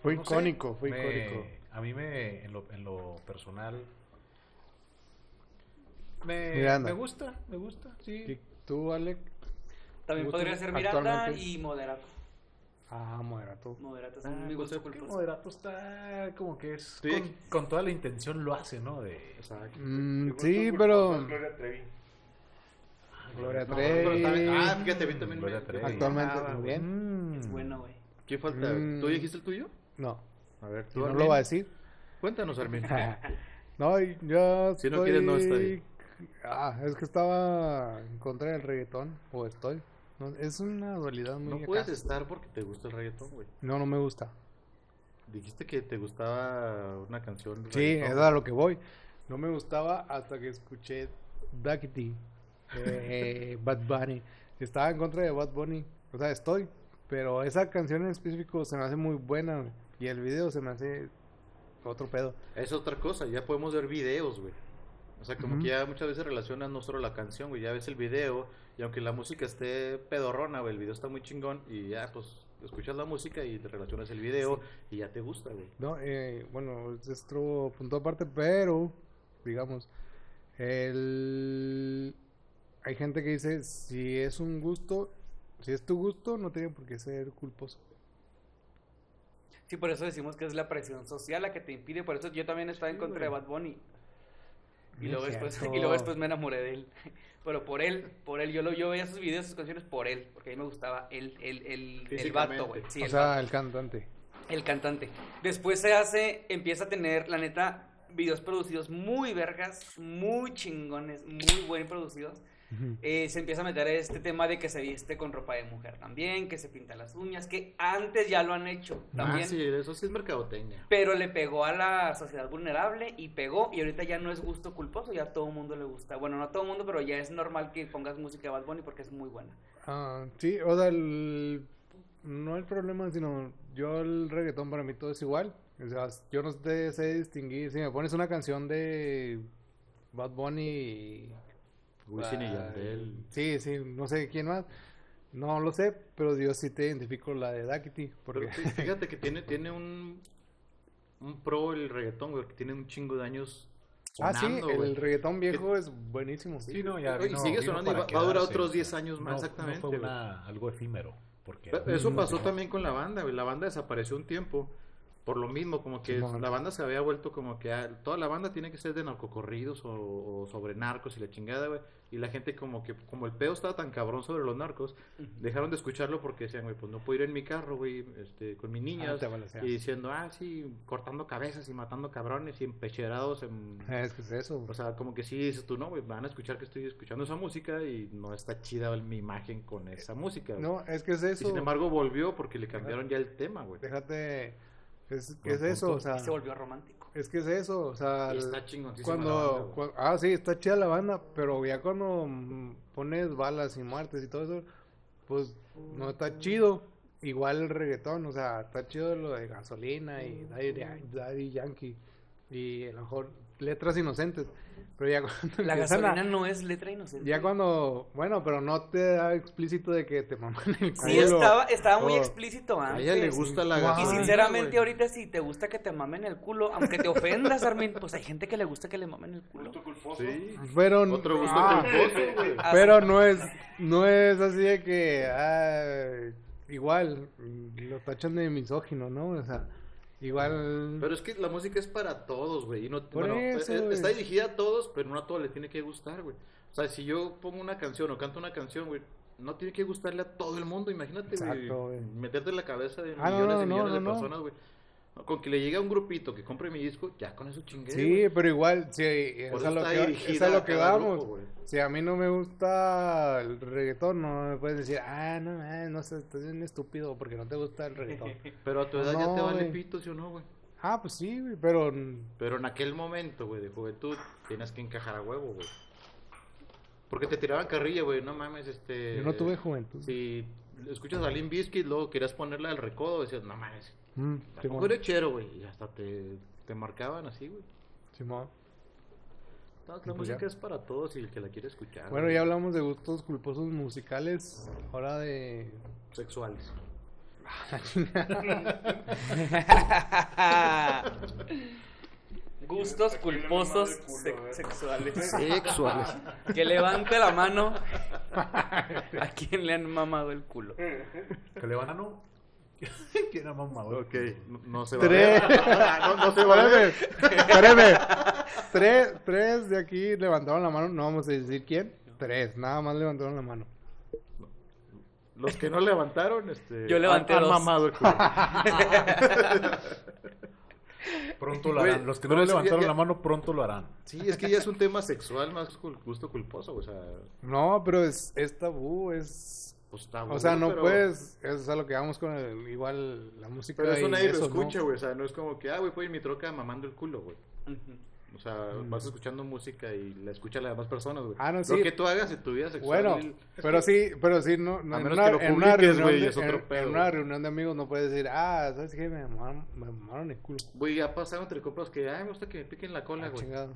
[SPEAKER 5] Fue
[SPEAKER 8] no sé,
[SPEAKER 5] icónico, fue
[SPEAKER 8] me-
[SPEAKER 5] icónico.
[SPEAKER 8] A mí, me, en, lo, en lo personal. Me,
[SPEAKER 5] Miranda.
[SPEAKER 8] me gusta, me gusta, sí.
[SPEAKER 5] ¿Y ¿Tú, Alec?
[SPEAKER 6] También
[SPEAKER 5] gusto
[SPEAKER 6] podría ser Miranda
[SPEAKER 5] actualmente.
[SPEAKER 6] y Moderato.
[SPEAKER 5] Ah, moderato.
[SPEAKER 6] Moderato es
[SPEAKER 8] Ah,
[SPEAKER 6] mi
[SPEAKER 8] pues,
[SPEAKER 6] gusto
[SPEAKER 8] es que
[SPEAKER 6] culposo.
[SPEAKER 8] Moderato está como que es
[SPEAKER 4] Sí.
[SPEAKER 8] con, con toda la intención lo hace, ¿no? De
[SPEAKER 4] Exacto.
[SPEAKER 5] Mm,
[SPEAKER 12] Gusto
[SPEAKER 5] sí,
[SPEAKER 12] culposo,
[SPEAKER 5] pero
[SPEAKER 12] Gloria Trevi.
[SPEAKER 5] Gloria
[SPEAKER 4] No, pero también- Ah,
[SPEAKER 5] Trevi
[SPEAKER 4] fíjate, a mí también
[SPEAKER 8] Gloria
[SPEAKER 4] me-
[SPEAKER 8] Trevi.
[SPEAKER 5] actualmente
[SPEAKER 4] Ah,
[SPEAKER 5] también.
[SPEAKER 8] Mm.
[SPEAKER 6] Es bueno, güey.
[SPEAKER 4] ¿Qué falta?
[SPEAKER 5] Mm.
[SPEAKER 4] ¿Tú dijiste el tuyo?
[SPEAKER 5] No,
[SPEAKER 4] A ver, tú,
[SPEAKER 5] no
[SPEAKER 4] Armin.
[SPEAKER 5] lo va a decir.
[SPEAKER 4] Cuéntanos,
[SPEAKER 5] *laughs*
[SPEAKER 4] Armin.
[SPEAKER 5] No, yo
[SPEAKER 4] Si no
[SPEAKER 5] estoy-
[SPEAKER 4] quieres, no está bien.
[SPEAKER 5] Ah, es que estaba en contra del reggaetón, o estoy. No, es una dualidad muy
[SPEAKER 4] no
[SPEAKER 5] acá.
[SPEAKER 4] puedes estar porque te gusta el reggaetón, güey.
[SPEAKER 5] No, no me gusta.
[SPEAKER 4] Dijiste que te gustaba una canción. de
[SPEAKER 5] Sí, es
[SPEAKER 4] reggaetón.
[SPEAKER 5] a lo que voy. No me gustaba hasta que escuché Duckity,
[SPEAKER 4] *laughs*
[SPEAKER 5] eh, Bad Bunny. Estaba en contra de Bad Bunny. O sea, estoy. Pero esa canción en específico se me hace muy buena. güey. Y el video se me hace otro pedo.
[SPEAKER 4] Es otra cosa, ya podemos ver videos, güey. O sea, como
[SPEAKER 5] Ujú.
[SPEAKER 4] que ya muchas veces relacionas no solo la canción, güey, ya ves el video y aunque la música esté pedorrona, güey, el video está muy chingón y ya, pues, escuchas la música y te relacionas el video y ya te gusta, güey.
[SPEAKER 5] No, eh, bueno, es otro punto aparte, pero, digamos, el... hay gente que dice, si es un gusto, si es tu gusto, no tiene por qué ser culposo.
[SPEAKER 6] Sí, por eso decimos que es la presión social la que te impide. Por eso yo también estaba en contra de Bad Bunny. Y
[SPEAKER 5] No
[SPEAKER 6] luego,
[SPEAKER 5] es
[SPEAKER 6] después, *laughs*
[SPEAKER 5] cierto.
[SPEAKER 6] y luego después me enamoré de él. Pero por él, por él. Yo, lo, yo veía sus videos, sus canciones por él. Porque a mí me gustaba él, él, él, el vato, güey. Sí,
[SPEAKER 5] O
[SPEAKER 6] el
[SPEAKER 5] sea, el cantante.
[SPEAKER 6] el cantante. Después se hace, empieza a tener, la neta, videos producidos muy vergas, muy chingones, muy buen producidos.
[SPEAKER 5] Ujú.
[SPEAKER 6] Eh, se empieza a meter este tema de que se viste con ropa de mujer también, que se pinta las uñas, que antes ya lo han hecho también.
[SPEAKER 4] Ah, sí, eso sí es mercadoteña.
[SPEAKER 6] Pero le pegó a la sociedad vulnerable y pegó, y ahorita ya no es gusto culposo, ya a todo mundo le gusta. Bueno, no a todo mundo, pero ya es normal que pongas música de Bad Bunny porque es muy buena.
[SPEAKER 5] Ah, sí, o sea, el- no el problema, sino yo el reggaetón para mí todo es igual. O sea, yo no te sé distinguir. Si me pones una canción de Bad Bunny y-
[SPEAKER 4] Wisin y
[SPEAKER 5] Ah,
[SPEAKER 4] Yandel.
[SPEAKER 5] Sí, sí, no sé quién más. No lo sé, pero yo sí te identifico la de Duckity. Porque...
[SPEAKER 4] Pero fí- fíjate que tiene, tiene un, un pro el reggaetón, güey, que tiene un chingo de años
[SPEAKER 5] *laughs* ah, sí,
[SPEAKER 4] sonando,
[SPEAKER 5] el
[SPEAKER 4] güey.
[SPEAKER 5] reggaetón viejo es buenísimo. Ah,
[SPEAKER 8] Sí, no, ya
[SPEAKER 4] Oye,
[SPEAKER 8] vino-
[SPEAKER 4] sigue
[SPEAKER 8] vino
[SPEAKER 4] sonando y
[SPEAKER 8] para
[SPEAKER 4] va- va a durar
[SPEAKER 8] quedarse,
[SPEAKER 4] otros
[SPEAKER 8] o
[SPEAKER 4] 10
[SPEAKER 8] sea,
[SPEAKER 4] años más,
[SPEAKER 8] no- no
[SPEAKER 4] exactamente,
[SPEAKER 8] fue
[SPEAKER 4] güey.
[SPEAKER 8] una- algo efímero. Porque
[SPEAKER 4] Eso pasó también con la banda, güey. La banda desapareció un tiempo Por lo mismo, como que
[SPEAKER 5] Simón.
[SPEAKER 4] la banda se había vuelto como que ah, toda la banda tiene que ser de narcocorridos o, o sobre narcos y la chingada, güey. Y la gente como que, como el pedo estaba tan cabrón sobre los narcos, dejaron de escucharlo porque decían, güey, pues no puedo ir en mi carro, güey, este, con mis niñas.
[SPEAKER 5] Ah, te balaceas.
[SPEAKER 4] y diciendo, ah, sí, cortando cabezas y matando cabrones y empecherados en...
[SPEAKER 5] Es que es eso.
[SPEAKER 4] O sea, como que sí dices tú, no, güey, van a escuchar que estoy escuchando esa música y no está chida mi imagen con esa música. güey".
[SPEAKER 5] No, es que es
[SPEAKER 4] Y sin
[SPEAKER 5] eso.
[SPEAKER 4] embargo volvió porque le cambiaron ya el tema, güey.
[SPEAKER 5] Déjate. Es que
[SPEAKER 4] Buen
[SPEAKER 5] es eso,
[SPEAKER 4] punto.
[SPEAKER 5] o sea.
[SPEAKER 6] Se volvió romántico.
[SPEAKER 5] Es que es eso, o sea.
[SPEAKER 4] Y
[SPEAKER 5] el-
[SPEAKER 4] está chingoncísima la banda,
[SPEAKER 5] cuando,
[SPEAKER 4] güey.
[SPEAKER 5] cua- ah sí está chida la banda pero ya cuando mm, pones balas y muertes y todo eso pues no está chido igual el reggaetón o sea está chido lo de gasolina y Daddy, Yan- Daddy Yankee y a lo mejor letras inocentes pero ya *laughs* cuando
[SPEAKER 6] La
[SPEAKER 5] empiezan a-
[SPEAKER 6] gasolina no es letra inocente.
[SPEAKER 5] ya cuando bueno pero no te da explícito de que te maman el culo
[SPEAKER 6] Sí, estaba, estaba muy
[SPEAKER 5] o-
[SPEAKER 6] explícito
[SPEAKER 4] A
[SPEAKER 6] antes.
[SPEAKER 4] ella le gusta la
[SPEAKER 5] Y
[SPEAKER 6] Y
[SPEAKER 4] gasolina,
[SPEAKER 6] sinceramente
[SPEAKER 4] güey.
[SPEAKER 6] ahorita si te gusta que te mamen el culo, aunque te ofendas, Armin, pues hay gente que le gusta que le mamen el culo.
[SPEAKER 12] Gusto culposo.
[SPEAKER 4] Sí.
[SPEAKER 5] pero
[SPEAKER 4] Otro gusto
[SPEAKER 5] ah,
[SPEAKER 4] culposo, güey.
[SPEAKER 6] Ah, *laughs*
[SPEAKER 5] Pero no es, no es así de que ah, igual lo tachan de misógino, ¿no? O sea, igual
[SPEAKER 4] Pero es que la música es para todos, güey. Y no,
[SPEAKER 5] Por
[SPEAKER 4] bueno,
[SPEAKER 5] eso,
[SPEAKER 4] eh, eh,
[SPEAKER 5] güey.
[SPEAKER 4] está dirigida a todos, pero no a todos le tiene que gustar, güey. O sea, si yo pongo una canción o canto una canción, güey, no tiene que gustarle a todo el mundo, imagínate, güey.
[SPEAKER 5] Exacto, güey.
[SPEAKER 4] Meterte en la cabeza de
[SPEAKER 5] Ah, no,
[SPEAKER 4] millones
[SPEAKER 5] no,
[SPEAKER 4] y
[SPEAKER 5] no,
[SPEAKER 4] millones de
[SPEAKER 5] no, no.
[SPEAKER 4] personas, güey. Con que le llegue a un grupito que compre mi disco, ya con eso chingué.
[SPEAKER 5] sí, pero igual sí, es
[SPEAKER 4] Por
[SPEAKER 5] a
[SPEAKER 4] eso
[SPEAKER 5] lo
[SPEAKER 4] está
[SPEAKER 5] que
[SPEAKER 4] dirigida
[SPEAKER 5] es a
[SPEAKER 4] a
[SPEAKER 5] lo que
[SPEAKER 4] cada
[SPEAKER 5] vamos.
[SPEAKER 4] grupo, güey.
[SPEAKER 5] si a mí no me gusta el reggaetón, no me puedes decir, ah, no, ah, no sé, estás bien estúpido porque no te gusta el
[SPEAKER 4] *laughs*
[SPEAKER 5] reggaetón.
[SPEAKER 4] Pero a tu edad ya
[SPEAKER 5] No,
[SPEAKER 4] te vale
[SPEAKER 5] güey.
[SPEAKER 4] pito, ¿sí o no, güey?
[SPEAKER 5] ah, pues sí, güey, pero mm,
[SPEAKER 4] Pero en aquel momento, güey, de juventud, tenías que encajar a huevo, güey. Porque te tiraban carrilla, güey, no mames, este...
[SPEAKER 5] yo no tuve juventud.
[SPEAKER 4] Si escuchas a Lim Biscuit, luego querías ponerla al recodo, decías, no mames,
[SPEAKER 5] Mm,
[SPEAKER 4] tampoco
[SPEAKER 5] Simón,
[SPEAKER 4] eres chero, güey. Y hasta te, te marcaban así, güey.
[SPEAKER 5] Simón.
[SPEAKER 4] Entonces,
[SPEAKER 5] Y
[SPEAKER 4] la
[SPEAKER 5] pues ya.
[SPEAKER 4] música es para todos y el que la quiere escuchar.
[SPEAKER 5] Bueno,
[SPEAKER 4] güey.
[SPEAKER 5] ya hablamos de gustos culposos musicales, ahora
[SPEAKER 4] *laughs*
[SPEAKER 5] de
[SPEAKER 4] Sexuales.
[SPEAKER 6] Gustos
[SPEAKER 12] Aquí le
[SPEAKER 6] culposos
[SPEAKER 12] mama el culo,
[SPEAKER 6] sex-
[SPEAKER 12] a ver.
[SPEAKER 6] sexuales.
[SPEAKER 4] Sexuales. *laughs*
[SPEAKER 6] Que levante la mano a quien le han mamado el culo.
[SPEAKER 8] Que le van a
[SPEAKER 5] *laughs*
[SPEAKER 8] no. ¿Quién ha mamado?
[SPEAKER 4] ok, no, no se va *laughs*
[SPEAKER 5] Tres.
[SPEAKER 4] a ver. no, no se va a ver.
[SPEAKER 5] Espérame, espérame. Tres, tres de aquí levantaron la mano. No vamos a decir quién. Tres, nada más levantaron la mano.
[SPEAKER 4] Los que no levantaron, este...
[SPEAKER 6] Yo levanté
[SPEAKER 4] han- han
[SPEAKER 6] dos.
[SPEAKER 4] mamado el culo.
[SPEAKER 8] Pronto lo
[SPEAKER 4] Güey,
[SPEAKER 8] harán. Los que no
[SPEAKER 4] pero
[SPEAKER 8] le
[SPEAKER 4] eso ya-
[SPEAKER 8] levantaron
[SPEAKER 4] ya-
[SPEAKER 8] la mano, pronto lo harán.
[SPEAKER 4] Sí, es que ya es un tema sexual más cul- gusto culposo, o sea...
[SPEAKER 5] No, pero es, es tabú, es.
[SPEAKER 4] Pues, está
[SPEAKER 5] O sea,
[SPEAKER 4] bueno,
[SPEAKER 5] no
[SPEAKER 4] pero-
[SPEAKER 5] puedes. Es a lo que vamos con el- igual la música.
[SPEAKER 4] Pero eso
[SPEAKER 5] y
[SPEAKER 4] nadie
[SPEAKER 5] eso,
[SPEAKER 4] lo
[SPEAKER 5] ¿no?
[SPEAKER 4] escucha, güey. O sea, no es como que, ah, güey, voy en mi troca mamando el culo, güey.
[SPEAKER 6] Ujú.
[SPEAKER 4] O sea, vas escuchando música y la escuchan las demás personas, güey.
[SPEAKER 5] Mm. Ah, no,
[SPEAKER 4] Lo
[SPEAKER 5] sí.
[SPEAKER 4] que tú hagas en tu vida sexual.
[SPEAKER 5] Bueno, pero sí, pero sí, no, no,
[SPEAKER 4] A
[SPEAKER 5] en,
[SPEAKER 4] menos
[SPEAKER 5] una,
[SPEAKER 4] que lo
[SPEAKER 5] en una
[SPEAKER 4] publiques,
[SPEAKER 5] reunión
[SPEAKER 4] güey,
[SPEAKER 5] de,
[SPEAKER 4] es otro
[SPEAKER 5] en-
[SPEAKER 4] pedo,
[SPEAKER 5] en una
[SPEAKER 4] güey.
[SPEAKER 5] reunión de amigos no puedes decir, ah, ¿sabes qué? Me mamaron, me mamaron el culo.
[SPEAKER 4] Güey, ya pasaron entre compras que, ay, me gusta que me piquen la cola,
[SPEAKER 5] Ah,
[SPEAKER 4] güey.
[SPEAKER 5] chingado.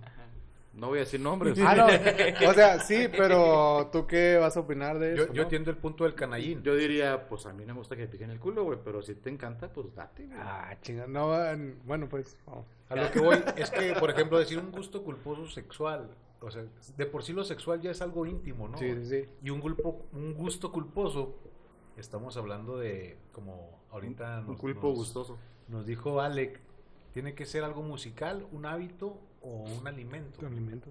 [SPEAKER 4] No voy a decir nombres.
[SPEAKER 5] Ah,
[SPEAKER 4] *laughs*
[SPEAKER 5] no. O sea, sí, pero ¿tú qué vas a opinar de eso?
[SPEAKER 8] Yo, yo
[SPEAKER 5] no?
[SPEAKER 8] entiendo el punto del canallín.
[SPEAKER 4] Yo diría, pues a mí no me gusta que me piquen el culo, güey. Pero si te encanta, pues date, güey.
[SPEAKER 5] Ah, chingada, no, en- bueno, pues, vamos.
[SPEAKER 8] A lo que voy es que, por ejemplo, decir un gusto culposo sexual, o sea, de por sí lo sexual ya es algo íntimo, ¿no?
[SPEAKER 5] Sí, sí, sí.
[SPEAKER 8] Y un, culpo, un gusto culposo, estamos hablando de, como ahorita
[SPEAKER 4] un
[SPEAKER 8] nos,
[SPEAKER 4] culpo
[SPEAKER 8] nos-
[SPEAKER 4] gustoso.
[SPEAKER 8] nos dijo Alec, tiene que ser algo musical, un hábito o un alimento.
[SPEAKER 5] alimento.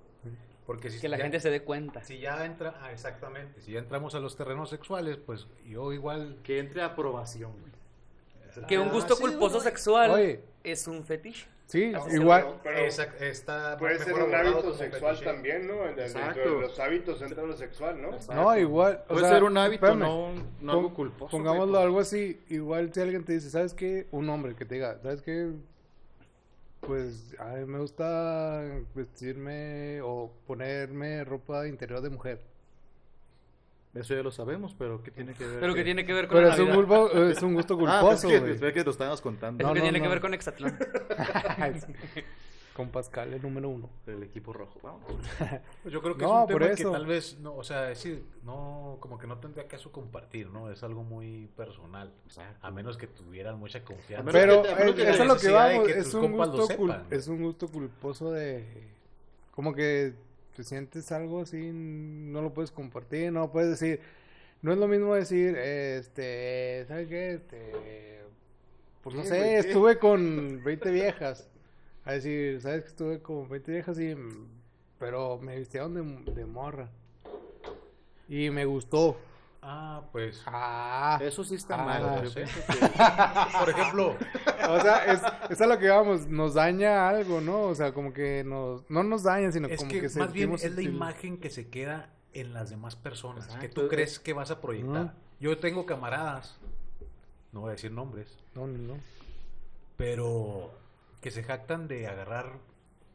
[SPEAKER 8] Porque si
[SPEAKER 6] Que la
[SPEAKER 8] ya-
[SPEAKER 6] gente se dé cuenta.
[SPEAKER 8] si ya entra, ah, exactamente, si ya entramos a los terrenos sexuales, pues yo igual
[SPEAKER 4] Que entre a aprobación, güey.
[SPEAKER 6] Que un
[SPEAKER 8] Ah,
[SPEAKER 6] gusto
[SPEAKER 8] sí,
[SPEAKER 6] culposo
[SPEAKER 8] güey.
[SPEAKER 6] sexual
[SPEAKER 5] Oye.
[SPEAKER 6] es un fetiche.
[SPEAKER 5] Sí,
[SPEAKER 12] Así
[SPEAKER 5] igual.
[SPEAKER 12] se Pero
[SPEAKER 8] Exact- está
[SPEAKER 12] puede
[SPEAKER 8] mejor
[SPEAKER 12] ser un
[SPEAKER 8] abordado
[SPEAKER 12] hábito
[SPEAKER 8] como
[SPEAKER 12] sexual
[SPEAKER 8] fetiche.
[SPEAKER 12] también, ¿no? En- Dentro
[SPEAKER 4] Exacto.
[SPEAKER 12] de los hábitos entra lo sexual, ¿no?
[SPEAKER 5] No, igual. o
[SPEAKER 4] Puede
[SPEAKER 5] sea,
[SPEAKER 4] ser un hábito,
[SPEAKER 5] espérame,
[SPEAKER 4] no, un- no
[SPEAKER 5] pon-
[SPEAKER 4] algo culposo. güey,
[SPEAKER 5] Pongámoslo
[SPEAKER 4] pues.
[SPEAKER 5] algo así. Igual si alguien te dice, ¿sabes qué? Un hombre que te diga, ¿sabes qué? Pues a mí me gusta vestirme o ponerme ropa interior de mujer.
[SPEAKER 4] Eso ya lo sabemos, pero ¿qué tiene que ver?
[SPEAKER 6] Pero que tiene que ver con
[SPEAKER 5] Pero
[SPEAKER 6] la
[SPEAKER 5] es un,
[SPEAKER 6] Navidad.
[SPEAKER 5] culpo- es un gusto
[SPEAKER 4] *laughs* Ah,
[SPEAKER 5] culposo,
[SPEAKER 4] pensé que,
[SPEAKER 5] güey.
[SPEAKER 4] pensé que lo estabas contando.
[SPEAKER 6] Eso
[SPEAKER 5] No,
[SPEAKER 6] que
[SPEAKER 5] no,
[SPEAKER 6] tiene
[SPEAKER 5] no.
[SPEAKER 6] que ver con Exatlán.
[SPEAKER 5] *laughs* Con Pascal, el número uno.
[SPEAKER 4] El equipo rojo, vamos.
[SPEAKER 8] Pues Yo creo que
[SPEAKER 5] No,
[SPEAKER 8] es un
[SPEAKER 5] por
[SPEAKER 8] tema que
[SPEAKER 5] eso.
[SPEAKER 8] tal vez, no, o sea, es decir, no, como que no tendría caso compartir, ¿no? Es algo muy personal, a menos que tuvieran mucha confianza.
[SPEAKER 4] menos
[SPEAKER 5] Pero
[SPEAKER 4] que te- a menos
[SPEAKER 5] eh,
[SPEAKER 4] que
[SPEAKER 5] eso
[SPEAKER 4] la
[SPEAKER 5] es lo que
[SPEAKER 8] necesidad de
[SPEAKER 5] vamos,
[SPEAKER 8] que
[SPEAKER 5] es
[SPEAKER 8] tus
[SPEAKER 5] un,
[SPEAKER 8] compas lo
[SPEAKER 5] gusto cul-
[SPEAKER 8] sepan.
[SPEAKER 5] es un gusto culposo de... Como que te sientes algo así, no lo puedes compartir, no puedes decir... No es lo mismo decir, este, ¿sabes qué? Este, Pues no
[SPEAKER 8] *laughs*
[SPEAKER 5] sé, estuve con 20 viejas. A decir, ¿sabes que estuve con 20 viejas? Y, pero me vistieron de, de morra. Y me gustó.
[SPEAKER 8] Ah, pues.
[SPEAKER 5] Ah,
[SPEAKER 4] Eso sí está
[SPEAKER 5] Ah,
[SPEAKER 4] mal.
[SPEAKER 5] no
[SPEAKER 4] yo
[SPEAKER 8] *laughs*
[SPEAKER 5] sé.
[SPEAKER 4] pienso.
[SPEAKER 8] Por ejemplo,
[SPEAKER 5] o sea, es, es a lo que vamos, nos daña algo, ¿no? O sea, como que nos, no nos daña, sino
[SPEAKER 8] es
[SPEAKER 5] como
[SPEAKER 8] que,
[SPEAKER 5] que,
[SPEAKER 8] más bien
[SPEAKER 5] sentimos
[SPEAKER 8] es la
[SPEAKER 5] el-
[SPEAKER 8] imagen que se queda en las demás personas, que tú
[SPEAKER 4] Exacto.
[SPEAKER 8] crees que vas a proyectar.
[SPEAKER 5] Ajá.
[SPEAKER 8] Yo tengo camaradas, no voy a decir nombres,
[SPEAKER 5] No, no, no.
[SPEAKER 8] pero que se jactan de agarrar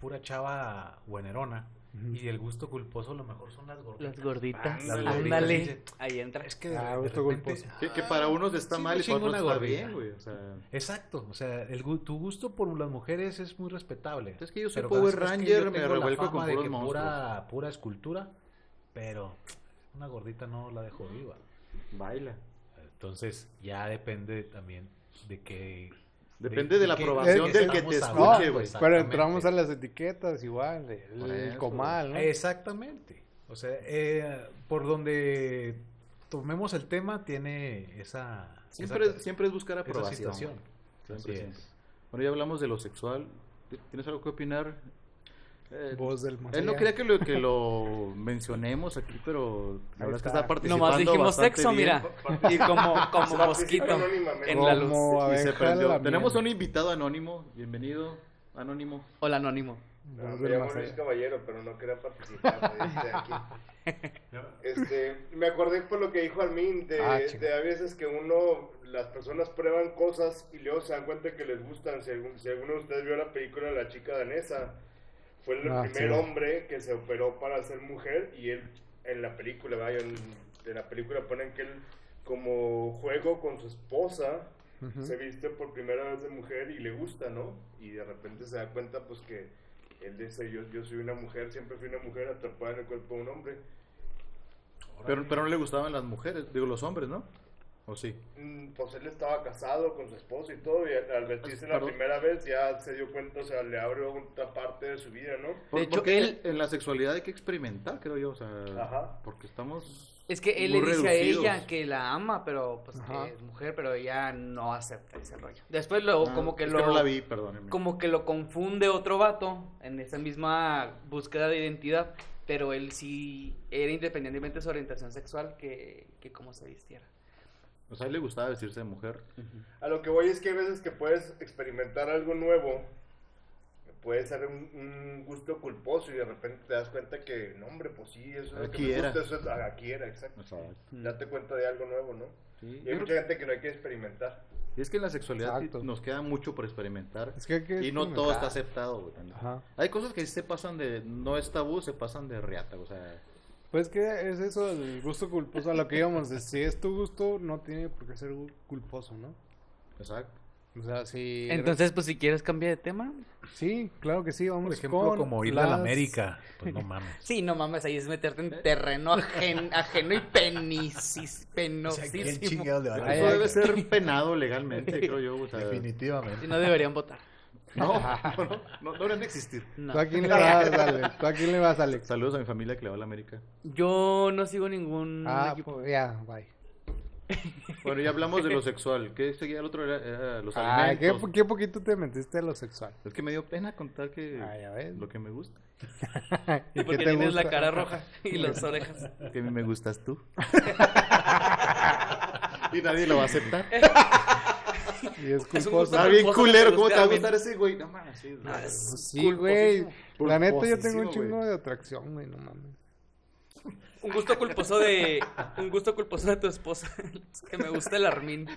[SPEAKER 8] pura chava buenerona
[SPEAKER 5] Ujú.
[SPEAKER 8] y el gusto culposo a lo mejor son las gorditas.
[SPEAKER 6] Las gorditas.
[SPEAKER 8] Las gorditas, dice,
[SPEAKER 6] Ándale. Ahí entra.
[SPEAKER 8] Es que de,
[SPEAKER 5] Ah,
[SPEAKER 8] de
[SPEAKER 5] gusto
[SPEAKER 8] repente-
[SPEAKER 5] culposo.
[SPEAKER 4] Que, que para unos está
[SPEAKER 8] Sí,
[SPEAKER 4] mal
[SPEAKER 8] me
[SPEAKER 4] y para
[SPEAKER 8] chingo
[SPEAKER 4] otros
[SPEAKER 8] una
[SPEAKER 4] está
[SPEAKER 8] gordita.
[SPEAKER 4] bien, güey. O sea,
[SPEAKER 8] Exacto, o sea, el, gu- tu gusto por las mujeres es muy respetable.
[SPEAKER 4] Es que yo soy
[SPEAKER 8] Pero
[SPEAKER 4] Power
[SPEAKER 8] ¿sabes qué?
[SPEAKER 4] Ranger,
[SPEAKER 8] Yo
[SPEAKER 4] me
[SPEAKER 8] tengo la
[SPEAKER 4] revuelco con
[SPEAKER 8] fama de
[SPEAKER 4] puros
[SPEAKER 8] que
[SPEAKER 4] monstruos.
[SPEAKER 8] Pura, pura escultura, pero una gordita no la dejo viva.
[SPEAKER 4] baila.
[SPEAKER 8] Entonces, ya depende también de que...
[SPEAKER 4] Depende de la
[SPEAKER 8] qué-
[SPEAKER 4] aprobación
[SPEAKER 8] qué
[SPEAKER 4] del que
[SPEAKER 8] estamos
[SPEAKER 4] te
[SPEAKER 5] No,
[SPEAKER 4] escuche,
[SPEAKER 8] hablando,
[SPEAKER 4] güey.
[SPEAKER 8] exactamente.
[SPEAKER 5] pero entramos a las etiquetas igual, el,
[SPEAKER 4] Por eso,
[SPEAKER 5] comal, ¿no?
[SPEAKER 8] Exactamente. O sea, eh, por donde tomemos el tema tiene esa...
[SPEAKER 4] Siempre,
[SPEAKER 8] esa-
[SPEAKER 4] siempre es buscar
[SPEAKER 8] esa
[SPEAKER 4] aprobación.
[SPEAKER 8] situación.
[SPEAKER 4] güey.
[SPEAKER 8] Así
[SPEAKER 4] Siempre, siempre.
[SPEAKER 8] es.
[SPEAKER 4] Bueno, ya hablamos de lo sexual. ¿Tienes algo que opinar? Eh,
[SPEAKER 5] Voz del más
[SPEAKER 4] Él no
[SPEAKER 5] allá.
[SPEAKER 4] quería que lo, que lo mencionemos aquí, pero la verdad es que
[SPEAKER 5] está.
[SPEAKER 4] está participando
[SPEAKER 6] Nomás dijimos
[SPEAKER 4] bastante
[SPEAKER 6] sexo,
[SPEAKER 4] bien.
[SPEAKER 6] mira. Y como, como
[SPEAKER 12] Participa
[SPEAKER 6] mosquito
[SPEAKER 12] anónimamente.
[SPEAKER 6] en la luz.
[SPEAKER 5] Como
[SPEAKER 4] Y se
[SPEAKER 5] abeja
[SPEAKER 4] prendió.
[SPEAKER 5] la
[SPEAKER 4] Tenemos a
[SPEAKER 5] miel.
[SPEAKER 4] un invitado anónimo. Bienvenido, anónimo.
[SPEAKER 6] Hola, anónimo.
[SPEAKER 12] Ah,
[SPEAKER 5] Voz
[SPEAKER 12] Me
[SPEAKER 5] del
[SPEAKER 12] llamo
[SPEAKER 5] más
[SPEAKER 12] Luis
[SPEAKER 5] allá.
[SPEAKER 12] Caballero, pero no quería participar de aquí.
[SPEAKER 5] *laughs*
[SPEAKER 12] Este, me acordé por lo que dijo Almin de,
[SPEAKER 5] Ah, chinga.
[SPEAKER 12] de a veces que uno, las personas prueban cosas y luego se dan cuenta que les gustan. Si, algún- si alguno de ustedes vio la película La chica danesa, fue el
[SPEAKER 5] Ah,
[SPEAKER 12] primer
[SPEAKER 5] sí.
[SPEAKER 12] hombre que se operó para ser mujer y él en la película, vaya, en, en la película ponen que él como juego con su esposa se viste por primera vez de mujer y le gusta, ¿no? Y de repente se da cuenta pues que él dice yo, yo soy una mujer, siempre fui una mujer atrapada en el cuerpo de un hombre.
[SPEAKER 4] Pero, pero no le gustaban las mujeres, digo los hombres, ¿no? ¿O sí?
[SPEAKER 12] Mm, Pues él estaba casado con su esposa y todo, y al al vestirse la
[SPEAKER 4] Perdón.
[SPEAKER 12] primera vez ya se dio cuenta, o sea, le abrió otra parte de su vida, ¿no?
[SPEAKER 4] Por-
[SPEAKER 6] hecho,
[SPEAKER 4] porque
[SPEAKER 6] él-
[SPEAKER 4] en la sexualidad hay que experimentar, creo yo. O sea,
[SPEAKER 12] Ajá.
[SPEAKER 4] porque estamos.
[SPEAKER 6] Es que él
[SPEAKER 4] muy
[SPEAKER 6] le dice
[SPEAKER 4] reducidos.
[SPEAKER 6] a ella que la ama, pero pues
[SPEAKER 5] Ajá.
[SPEAKER 6] que es mujer, pero ella no acepta ese rollo. Después lo,
[SPEAKER 4] Ah,
[SPEAKER 6] como que
[SPEAKER 4] es
[SPEAKER 6] lo,
[SPEAKER 4] no la vi, perdónenme.
[SPEAKER 6] como que lo confunde otro vato en esa misma búsqueda de identidad, pero él sí era independientemente de su orientación sexual que, que cómo se vistiera.
[SPEAKER 4] O sea, a él le gustaba vestirse de mujer.
[SPEAKER 12] A lo que voy es que hay veces que puedes experimentar algo nuevo, puede ser un, un gusto culposo y de repente te das cuenta que, no hombre, pues sí, eso es lo que
[SPEAKER 4] Aquí
[SPEAKER 12] me
[SPEAKER 4] era.
[SPEAKER 12] gusta, eso es- ah, aquí era, exacto.
[SPEAKER 4] O sea,
[SPEAKER 12] Date cuenta de algo nuevo, ¿no?
[SPEAKER 4] sí.
[SPEAKER 12] Y hay mucha gente que no hay que experimentar.
[SPEAKER 4] Y es que en la sexualidad
[SPEAKER 5] Exacto.
[SPEAKER 4] nos queda mucho por experimentar.
[SPEAKER 5] Es que hay que
[SPEAKER 4] Y no todo
[SPEAKER 5] experimentar.
[SPEAKER 4] está aceptado, güey, también.
[SPEAKER 5] Ajá.
[SPEAKER 4] Hay cosas que sí se pasan de. No es tabú, se pasan de riata, o sea.
[SPEAKER 5] Pues que es eso, el gusto culposo, a lo que íbamos, de si es tu gusto, no tiene por qué ser gu- culposo, ¿no?
[SPEAKER 4] Exacto.
[SPEAKER 5] O sea, si...
[SPEAKER 6] Entonces, pues si quieres cambiar de tema.
[SPEAKER 5] Sí, claro que sí, vamos
[SPEAKER 8] Por ejemplo,
[SPEAKER 5] con
[SPEAKER 8] como ir a la
[SPEAKER 5] las-
[SPEAKER 8] América. Pues no
[SPEAKER 5] *laughs*
[SPEAKER 8] mames.
[SPEAKER 6] Sí, no mames, ahí es meterte en terreno ajen- ajeno y penisis,
[SPEAKER 8] O sea, ¿quién
[SPEAKER 6] penosísimo.
[SPEAKER 8] chingados le va a
[SPEAKER 5] Ay,
[SPEAKER 4] Eso
[SPEAKER 5] ay,
[SPEAKER 4] debe
[SPEAKER 5] ay.
[SPEAKER 4] ser penado legalmente, creo yo. O sea,
[SPEAKER 8] Definitivamente.
[SPEAKER 6] Y no deberían votar.
[SPEAKER 4] no, no, no, no deberían de existir.
[SPEAKER 6] No.
[SPEAKER 5] ¿Tú a
[SPEAKER 4] *laughs*
[SPEAKER 5] quién le vas, Alex? ¿Tú a quién le vas, Alex?
[SPEAKER 4] Saludos a mi familia que le va a la América.
[SPEAKER 6] Yo no sigo
[SPEAKER 4] Mm,
[SPEAKER 6] ningún
[SPEAKER 5] Ah,
[SPEAKER 6] equipo.
[SPEAKER 5] pues ya, bye.
[SPEAKER 4] Bueno, ya hablamos *laughs* de lo sexual. ¿Qué seguía el otro? Era, era los
[SPEAKER 5] Ay, qué,
[SPEAKER 4] alimentos.
[SPEAKER 5] po- qué poquito te metiste a lo sexual.
[SPEAKER 4] Es que me dio pena contar que
[SPEAKER 5] Ah, ya ves.
[SPEAKER 4] lo que me gusta.
[SPEAKER 5] ¿Y
[SPEAKER 6] Porque
[SPEAKER 5] qué te
[SPEAKER 6] tienes
[SPEAKER 5] gusta?
[SPEAKER 6] la cara roja y las orejas.
[SPEAKER 4] Que a mí me gustas *laughs* tú. y nadie lo va a aceptar.
[SPEAKER 5] *laughs*
[SPEAKER 4] *laughs*
[SPEAKER 5] Y es
[SPEAKER 6] Es un
[SPEAKER 5] culposo.
[SPEAKER 6] gusto
[SPEAKER 4] Está bien
[SPEAKER 6] Culposo,
[SPEAKER 4] culero.
[SPEAKER 6] te
[SPEAKER 4] ¿Cómo te va a
[SPEAKER 6] gusta,
[SPEAKER 4] gustar ese güey? No mames. sí,
[SPEAKER 6] Ah,
[SPEAKER 4] güey.
[SPEAKER 5] Sí, güey. La neta, yo tengo
[SPEAKER 4] Culposísimo,
[SPEAKER 5] un chingo
[SPEAKER 4] güey.
[SPEAKER 5] de atracción, güey, no
[SPEAKER 4] *laughs*
[SPEAKER 5] mames.
[SPEAKER 6] Un gusto culposo de un gusto culposo de tu esposa, *laughs* Es que me gusta el armín.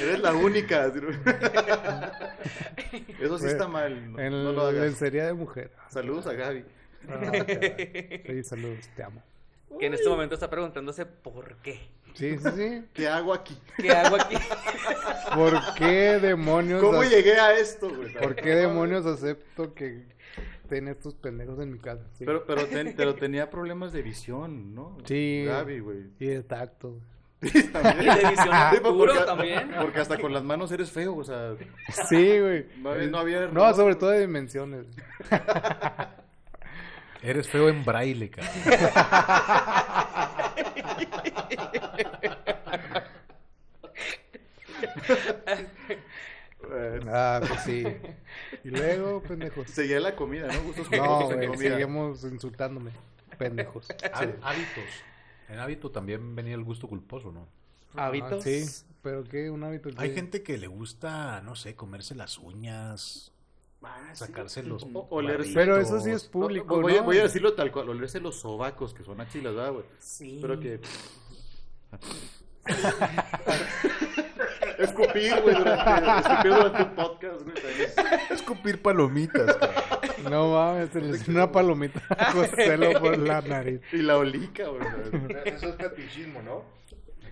[SPEAKER 4] Eres la
[SPEAKER 5] *laughs*
[SPEAKER 4] única. así, güey. Eso sí está mal. No,
[SPEAKER 5] En
[SPEAKER 4] no lo
[SPEAKER 5] la
[SPEAKER 4] hagas.
[SPEAKER 5] lencería de mujer. Ah,
[SPEAKER 4] Saludos a Gaby. *laughs*
[SPEAKER 5] Sí, saludos, te amo.
[SPEAKER 6] Que en este momento está preguntándose por qué.
[SPEAKER 5] Sí, sí, sí.
[SPEAKER 4] ¿Qué hago aquí?
[SPEAKER 6] ¿Qué hago aquí?
[SPEAKER 5] ¿Por qué demonios?
[SPEAKER 4] ¿Cómo
[SPEAKER 5] ac-
[SPEAKER 4] llegué a esto,
[SPEAKER 5] *laughs*
[SPEAKER 4] güey?
[SPEAKER 5] ¿Por qué demonios acepto que estén estos pendejos en mi casa? Sí.
[SPEAKER 4] Pero, pero, ten- pero tenía problemas de visión, ¿no?
[SPEAKER 5] Sí.
[SPEAKER 4] Gaby, güey.
[SPEAKER 5] Y de tacto.
[SPEAKER 6] Y de visión a
[SPEAKER 4] Sí, pues,
[SPEAKER 6] futuro
[SPEAKER 4] porque-
[SPEAKER 12] *laughs*
[SPEAKER 6] también.
[SPEAKER 4] Porque hasta con las manos eres feo, o *laughs* sea.
[SPEAKER 5] Sí, güey.
[SPEAKER 4] No había- no había
[SPEAKER 5] No,
[SPEAKER 4] error.
[SPEAKER 5] sobre todo de dimensiones.
[SPEAKER 8] Eres feo en braille, cabrón.
[SPEAKER 12] Bueno,
[SPEAKER 5] Ah, pues sí. Y luego,
[SPEAKER 12] *laughs*
[SPEAKER 5] pendejos.
[SPEAKER 12] Seguía la comida, ¿no? Gustos
[SPEAKER 5] No,
[SPEAKER 12] culposos en
[SPEAKER 5] güey,
[SPEAKER 12] comida.
[SPEAKER 5] seguimos insultándome. Pendejos.
[SPEAKER 8] Há- Hábitos. En hábito también venía el gusto culposo, ¿no?
[SPEAKER 5] Ah,
[SPEAKER 6] Hábitos.
[SPEAKER 5] sí, pero ¿qué? Un hábito.
[SPEAKER 8] Hay
[SPEAKER 5] qué?
[SPEAKER 8] gente que le gusta, no sé, comerse las uñas, Ah, sacarse los.
[SPEAKER 12] O- olerse.
[SPEAKER 5] Pero eso sí
[SPEAKER 8] barritos.
[SPEAKER 5] es público,
[SPEAKER 12] voy, a-
[SPEAKER 5] ¿no?
[SPEAKER 12] voy a decirlo tal cual, olerse los sobacos, que son achilas, ¿verdad, güey?
[SPEAKER 6] Sí.
[SPEAKER 5] *laughs*
[SPEAKER 12] Pero que... escupir, güey, durante, escupir durante un podcast, güey. también.
[SPEAKER 4] *laughs* Escupir palomitas. cabrón.
[SPEAKER 5] *laughs* No mames, se les dio una
[SPEAKER 12] *laughs*
[SPEAKER 5] palomita a Costello por la nariz.
[SPEAKER 12] Y la olica, güey.
[SPEAKER 13] *laughs* Eso es fetichismo, ¿no?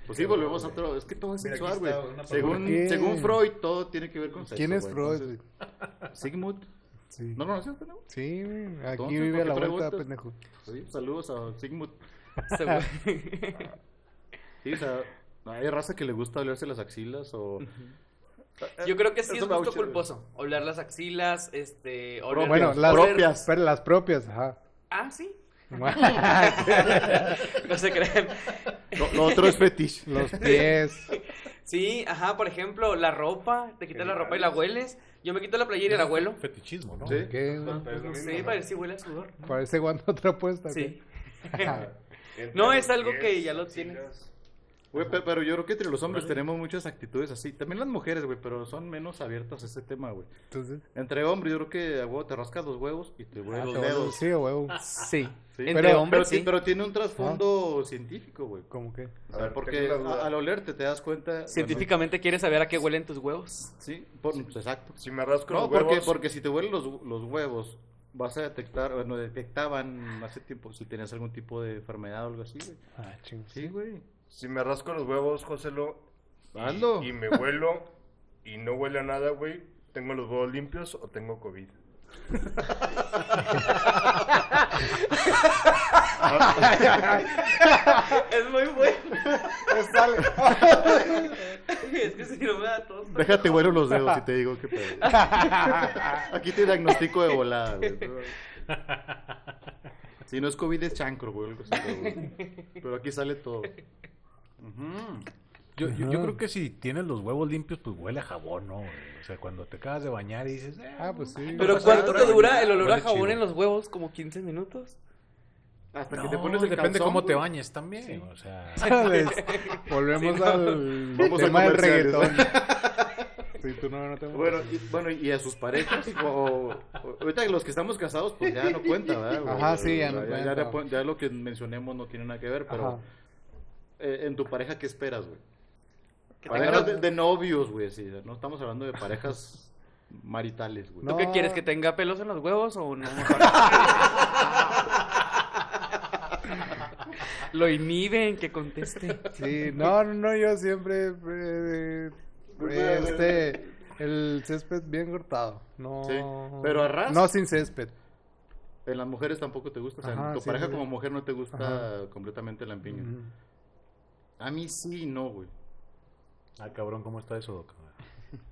[SPEAKER 12] Pues sí, volvemos a otro. Es que todo es
[SPEAKER 14] Mira, aquí
[SPEAKER 12] sexual, güey.
[SPEAKER 14] está una
[SPEAKER 12] Según,
[SPEAKER 5] ¿Por qué?
[SPEAKER 12] según Freud, todo tiene que ver con sexo.
[SPEAKER 5] ¿Quién es
[SPEAKER 12] güey.
[SPEAKER 5] Freud?
[SPEAKER 12] Entonces,
[SPEAKER 5] güey?
[SPEAKER 12] Sigmund.
[SPEAKER 5] Sí,
[SPEAKER 12] ¿No lo conoces, pendejo?
[SPEAKER 5] sí, güey, aquí
[SPEAKER 12] Entonces,
[SPEAKER 5] vive
[SPEAKER 12] ¿por
[SPEAKER 5] a la
[SPEAKER 12] qué
[SPEAKER 5] vuelta,
[SPEAKER 12] preguntas?
[SPEAKER 5] pendejo.
[SPEAKER 12] Sí, saludos a Sigmund.
[SPEAKER 6] Según-
[SPEAKER 12] Sí, o sea, hay raza que le gusta olerse las axilas o.
[SPEAKER 6] Yo creo que sí
[SPEAKER 12] Eso
[SPEAKER 6] es gusto
[SPEAKER 12] me gusta, güey.
[SPEAKER 6] culposo. Oler las axilas, este.
[SPEAKER 12] Propias,
[SPEAKER 6] Oler
[SPEAKER 5] Bueno, las
[SPEAKER 12] propias.
[SPEAKER 5] Pero las propias, ajá. *laughs*
[SPEAKER 6] Ah, sí. *laughs*
[SPEAKER 5] Los
[SPEAKER 6] No se crean.
[SPEAKER 12] Lo, lo otro es fetiche.
[SPEAKER 5] pies.
[SPEAKER 6] Sí, ajá, por ejemplo, la ropa. Te quitas la ropa y la hueles. Yo me quito la playera y la huelo.
[SPEAKER 8] Fetichismo, ¿no?
[SPEAKER 12] Sí.
[SPEAKER 5] ¿Qué? güey?
[SPEAKER 13] Pero es lo
[SPEAKER 6] No sé,
[SPEAKER 13] mismo,
[SPEAKER 6] parece que huele a sudor. ¿no?
[SPEAKER 5] Parece guante otra apuesta.
[SPEAKER 6] Sí.
[SPEAKER 13] Entre
[SPEAKER 6] No,
[SPEAKER 13] los
[SPEAKER 6] es algo
[SPEAKER 13] pies,
[SPEAKER 6] que ya lo
[SPEAKER 13] axilas.
[SPEAKER 12] Güey, pe- pero, yo creo que entre los hombres tenemos muchas actitudes así. También las mujeres, güey, pero son menos abiertas a ese tema, güey.
[SPEAKER 5] Entonces,
[SPEAKER 12] Entre hombres, yo creo que a huevo te rascas los huevos y te huelen
[SPEAKER 5] ah,
[SPEAKER 12] los
[SPEAKER 5] cabrón,
[SPEAKER 12] dedos.
[SPEAKER 5] sí, huevo.
[SPEAKER 12] Ah.
[SPEAKER 6] Sí.
[SPEAKER 12] Sí.
[SPEAKER 6] Entre
[SPEAKER 12] pero,
[SPEAKER 6] hombres,
[SPEAKER 12] pero ti-
[SPEAKER 6] sí.
[SPEAKER 12] pero tiene un
[SPEAKER 5] Ah.
[SPEAKER 12] trasfondo científico, güey.
[SPEAKER 5] ¿Cómo que?
[SPEAKER 12] O sea,
[SPEAKER 13] A ver,
[SPEAKER 12] porque
[SPEAKER 13] tengo una duda.
[SPEAKER 12] a- al olerte te das cuenta.
[SPEAKER 6] Científicamente quieres saber a qué huelen tus huevos.
[SPEAKER 12] bueno, sí, por- pues, exacto.
[SPEAKER 13] Si me rasco
[SPEAKER 12] No,
[SPEAKER 13] los
[SPEAKER 12] porque,
[SPEAKER 13] huevos,
[SPEAKER 12] porque si te huelen los, los huevos, vas a detectar, bueno, detectaban hace tiempo si tenías algún tipo de enfermedad o algo así, güey.
[SPEAKER 5] Ah, chingos.
[SPEAKER 12] Sí, güey.
[SPEAKER 13] si me rasco los huevos, Joselo,
[SPEAKER 12] Hazlo.
[SPEAKER 13] y, y me huelo y no huele a nada, güey, ¿tengo los huevos limpios o tengo COVID?
[SPEAKER 6] *laughs* Es muy bueno. *laughs* es que si no me da tos.
[SPEAKER 12] Déjate huelen los dedos y te digo que pedo. Aquí te diagnostico de volada, güey. Si no es COVID, es chancro, güey. algo así, güey. Pero aquí sale todo. Ujú.
[SPEAKER 8] Yo, yo, yo
[SPEAKER 5] Ajá.
[SPEAKER 8] creo que si tienes los huevos limpios, pues huele a jabón, ¿no? O sea, cuando te acabas de bañar y dices, eh,
[SPEAKER 5] Ah, pues sí. *laughs*
[SPEAKER 6] Pero
[SPEAKER 12] pasa
[SPEAKER 6] ¿cuánto
[SPEAKER 12] nada,
[SPEAKER 6] te dura el olor a
[SPEAKER 8] huele
[SPEAKER 6] jabón
[SPEAKER 8] chido.
[SPEAKER 6] en los huevos? ¿Como 15 minutos?
[SPEAKER 12] Hasta
[SPEAKER 8] no,
[SPEAKER 12] que te pones el
[SPEAKER 8] depende
[SPEAKER 12] calzón,
[SPEAKER 8] cómo te
[SPEAKER 12] güey.
[SPEAKER 8] bañes también. O sea,
[SPEAKER 5] Les-
[SPEAKER 12] *laughs*
[SPEAKER 5] Volvemos al
[SPEAKER 12] Vamos a
[SPEAKER 5] tema del
[SPEAKER 12] comerciales.
[SPEAKER 5] reggaetón.
[SPEAKER 12] *laughs*
[SPEAKER 5] Sí, tú no, no te
[SPEAKER 12] Bueno, y, bueno, y a sus parejas, o, o- ahorita los que estamos casados, pues ya no cuenta, ¿verdad?
[SPEAKER 5] *laughs*
[SPEAKER 12] güey?
[SPEAKER 5] Ajá, sí, ya no
[SPEAKER 12] ya,
[SPEAKER 5] cuenta.
[SPEAKER 12] le pon- ya lo que mencionemos no tiene nada que ver,
[SPEAKER 5] Ajá.
[SPEAKER 12] pero eh, en tu pareja, ¿qué esperas, güey?
[SPEAKER 6] Que
[SPEAKER 12] Parejas de,
[SPEAKER 6] tenga-
[SPEAKER 12] de novios, güey, sí, no estamos hablando de parejas maritales, güey.
[SPEAKER 6] ¿Tú
[SPEAKER 5] No.
[SPEAKER 6] qué quieres? ¿Que tenga pelos en los huevos o no? Lo inhiben, que conteste.
[SPEAKER 5] Sí, no, no, no, yo siempre eh,
[SPEAKER 12] Pues
[SPEAKER 5] eh, este el césped bien cortado, no.
[SPEAKER 12] Sí, pero a ras.
[SPEAKER 5] No sin césped.
[SPEAKER 12] En las mujeres tampoco te gusta, o sea,
[SPEAKER 5] Ajá,
[SPEAKER 12] tu
[SPEAKER 5] sí,
[SPEAKER 12] pareja
[SPEAKER 5] sí.
[SPEAKER 12] como mujer no te gusta completamente el lampiño. A mí sí, no, güey.
[SPEAKER 8] ah, cabrón, ¿cómo está eso, Doc?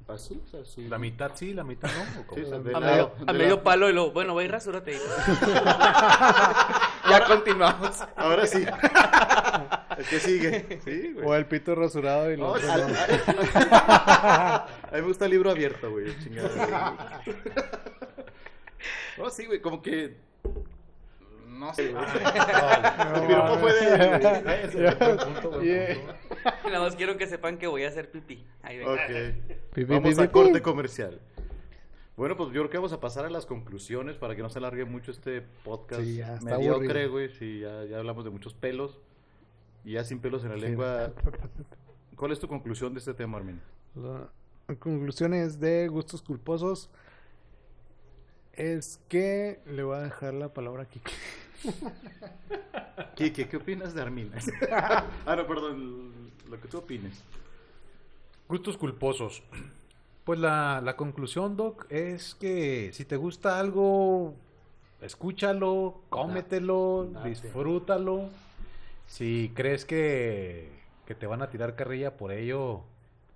[SPEAKER 12] Así, o sea, sí.
[SPEAKER 8] ¿La mitad sí, la mitad no? ¿O cómo?
[SPEAKER 12] Sí, o sea, de
[SPEAKER 6] A
[SPEAKER 12] lado-
[SPEAKER 6] medio, a
[SPEAKER 12] de
[SPEAKER 6] medio
[SPEAKER 12] lado.
[SPEAKER 6] palo y luego, bueno, ve y rasúrate. ya continuamos. *laughs*
[SPEAKER 12] Ahora sí. El que sigue. Sí, güey.
[SPEAKER 5] O el pito rasurado y
[SPEAKER 12] No,
[SPEAKER 5] lo otro
[SPEAKER 12] al-
[SPEAKER 5] no.
[SPEAKER 12] Oh, *laughs* a mí me gusta el libro abierto, güey. chingada.
[SPEAKER 5] *laughs*
[SPEAKER 12] No, sí, güey, como que. No sé, güey.
[SPEAKER 5] No,
[SPEAKER 12] El piropo
[SPEAKER 5] mames.
[SPEAKER 12] fue
[SPEAKER 5] *laughs*
[SPEAKER 12] de.
[SPEAKER 5] Ah. Yeah.
[SPEAKER 6] *laughs* Nada más quiero que sepan que voy a hacer pipí.
[SPEAKER 5] *laughs*
[SPEAKER 6] Ahí vengo.
[SPEAKER 12] Ok.
[SPEAKER 5] Pi, pi,
[SPEAKER 12] Vamos
[SPEAKER 5] pi,
[SPEAKER 12] a
[SPEAKER 5] pi,
[SPEAKER 12] corte
[SPEAKER 5] pi.
[SPEAKER 12] comercial. Bueno, pues yo creo que vamos a pasar a las conclusiones para que no se alargue mucho este podcast
[SPEAKER 5] Sí, ya, está
[SPEAKER 12] mediocre,
[SPEAKER 5] aburrido.
[SPEAKER 12] güey. Sí, ya, ya hablamos de muchos pelos. Y ya sin pelos en
[SPEAKER 5] *laughs*
[SPEAKER 12] la lengua. ¿Cuál es tu conclusión de este tema, Armin?
[SPEAKER 5] pues, La- Conclusiones de gustos culposos es que le voy a dejar la palabra aquí.
[SPEAKER 12] Ah. Kike, ¿qué opinas de Armin? *laughs* ah, no, perdón, lo que tú opines.
[SPEAKER 8] Gustos
[SPEAKER 12] *clears throat*
[SPEAKER 8] culposos. Pues la, la conclusión, Doc, es que si te gusta algo, escúchalo, cómetelo,
[SPEAKER 12] Date.
[SPEAKER 8] disfrútalo. Si crees que, que te van a tirar carrilla por ello,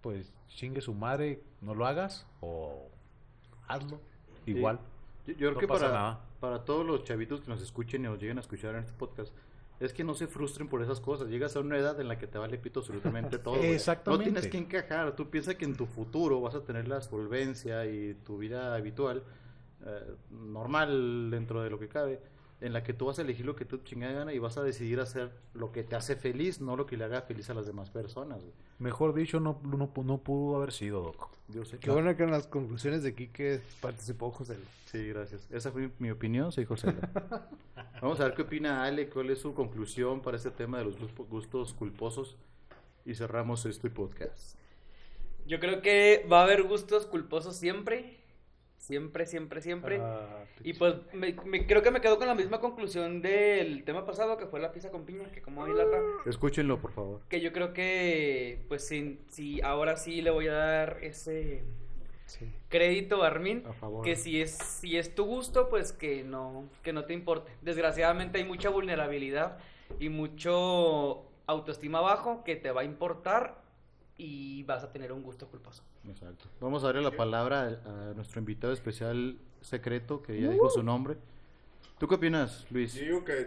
[SPEAKER 8] pues chingue su madre, no lo hagas o hazlo igual.
[SPEAKER 12] Yo, yo creo
[SPEAKER 8] No
[SPEAKER 12] que
[SPEAKER 8] pasa
[SPEAKER 12] para,
[SPEAKER 8] nada.
[SPEAKER 12] para todos los chavitos que nos escuchen y nos lleguen a escuchar en este podcast, es que no se frustren por esas cosas. Llegas a una edad en la que te vale pito absolutamente todo. güey.
[SPEAKER 8] Exactamente.
[SPEAKER 12] No tienes que encajar. Tú piensas que en tu futuro vas a tener la solvencia y tu vida habitual, eh, normal dentro de lo que cabe, en la que tú vas a elegir lo que tú chingada gana y vas a decidir hacer lo que te hace feliz, no lo que le haga feliz a las demás personas. güey.
[SPEAKER 8] Mejor dicho, no, no, no pudo haber sido, Doc.
[SPEAKER 12] Yo sé
[SPEAKER 5] Qué bueno que en las conclusiones de Quique participó José. Luis.
[SPEAKER 12] Sí, gracias. Esa fue mi, mi opinión, soy José. Lora. Vamos a ver qué opina Ale, cuál es su conclusión para este tema de los gus- gustos culposos y cerramos este podcast.
[SPEAKER 6] Yo creo que va a haber gustos culposos siempre. Siempre, siempre, siempre. y pues me- me- creo que me quedo con la misma conclusión del tema pasado, que fue la pizza con piña, que como hoy lata.
[SPEAKER 12] Escúchenlo, por favor.
[SPEAKER 6] Que yo creo que, pues si, si ahora sí le voy a dar ese crédito a Armin.
[SPEAKER 12] A favor.
[SPEAKER 6] Que si es, si es tu gusto, pues que no, que no te importe. Desgraciadamente hay mucha vulnerabilidad y mucho autoestima bajo que te va a importar y vas a tener un gusto culposo.
[SPEAKER 12] Exacto. Vamos a darle la palabra a, a nuestro invitado especial secreto, que ya dijo su nombre. ¿Tú qué opinas, Luis?
[SPEAKER 15] Yo digo que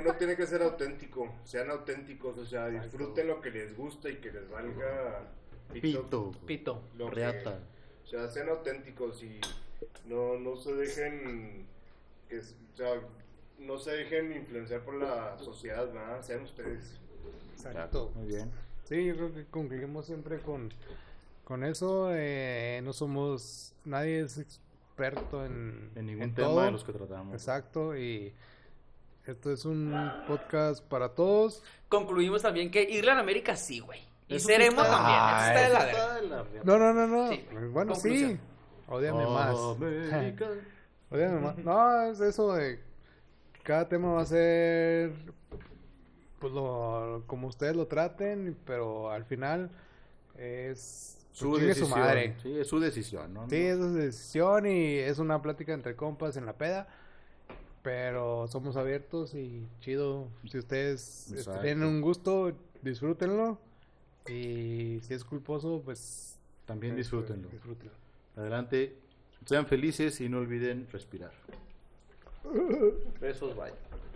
[SPEAKER 15] uno tiene que ser auténtico, sean auténticos, o sea, disfruten lo que les gusta y que les valga
[SPEAKER 12] Pito.
[SPEAKER 6] Pito.
[SPEAKER 15] lo que-
[SPEAKER 12] Reata.
[SPEAKER 15] o sea, sean auténticos y no, no se dejen, que, s- o sea, no se dejen influenciar por la sociedad, ¿verdad? Sean ustedes.
[SPEAKER 5] Exacto.
[SPEAKER 12] Muy bien.
[SPEAKER 5] Sí, yo creo que concluimos siempre con, con eso. eh, no somos, nadie es experto en,
[SPEAKER 12] En ningún
[SPEAKER 5] en
[SPEAKER 12] tema
[SPEAKER 5] todo.
[SPEAKER 12] de los que tratamos.
[SPEAKER 5] Exacto, y esto es un podcast para todos.
[SPEAKER 6] Concluimos también que Irlanda América sí, güey. Y
[SPEAKER 12] Eso sí
[SPEAKER 6] seremos
[SPEAKER 12] está- Ah,
[SPEAKER 6] también. Eso está de la verga.
[SPEAKER 12] Está de la reata.
[SPEAKER 5] No, no, no, no.
[SPEAKER 6] Sí.
[SPEAKER 5] pues Bueno, sí.
[SPEAKER 6] Conclusión.
[SPEAKER 5] Odíame más.
[SPEAKER 12] América.
[SPEAKER 5] Ódiame más. Pues No, es eso de cada tema va a ser pues lo como ustedes lo traten, pero al final es pues,
[SPEAKER 12] Su
[SPEAKER 5] chingue
[SPEAKER 12] decisión.
[SPEAKER 5] madre.
[SPEAKER 12] Sí, es su decisión, ¿no?
[SPEAKER 5] Sí, eso es decisión y es una plática entre compas en la peda. Pero somos abiertos y chido. Si ustedes este,
[SPEAKER 12] Exacto.
[SPEAKER 5] tienen un gusto, disfrútenlo. Y si es culposo, pues
[SPEAKER 12] También
[SPEAKER 5] este,
[SPEAKER 12] disfrútenlo.
[SPEAKER 5] disfrútenlo.
[SPEAKER 12] Adelante, sean felices y no olviden respirar. Besos, bye.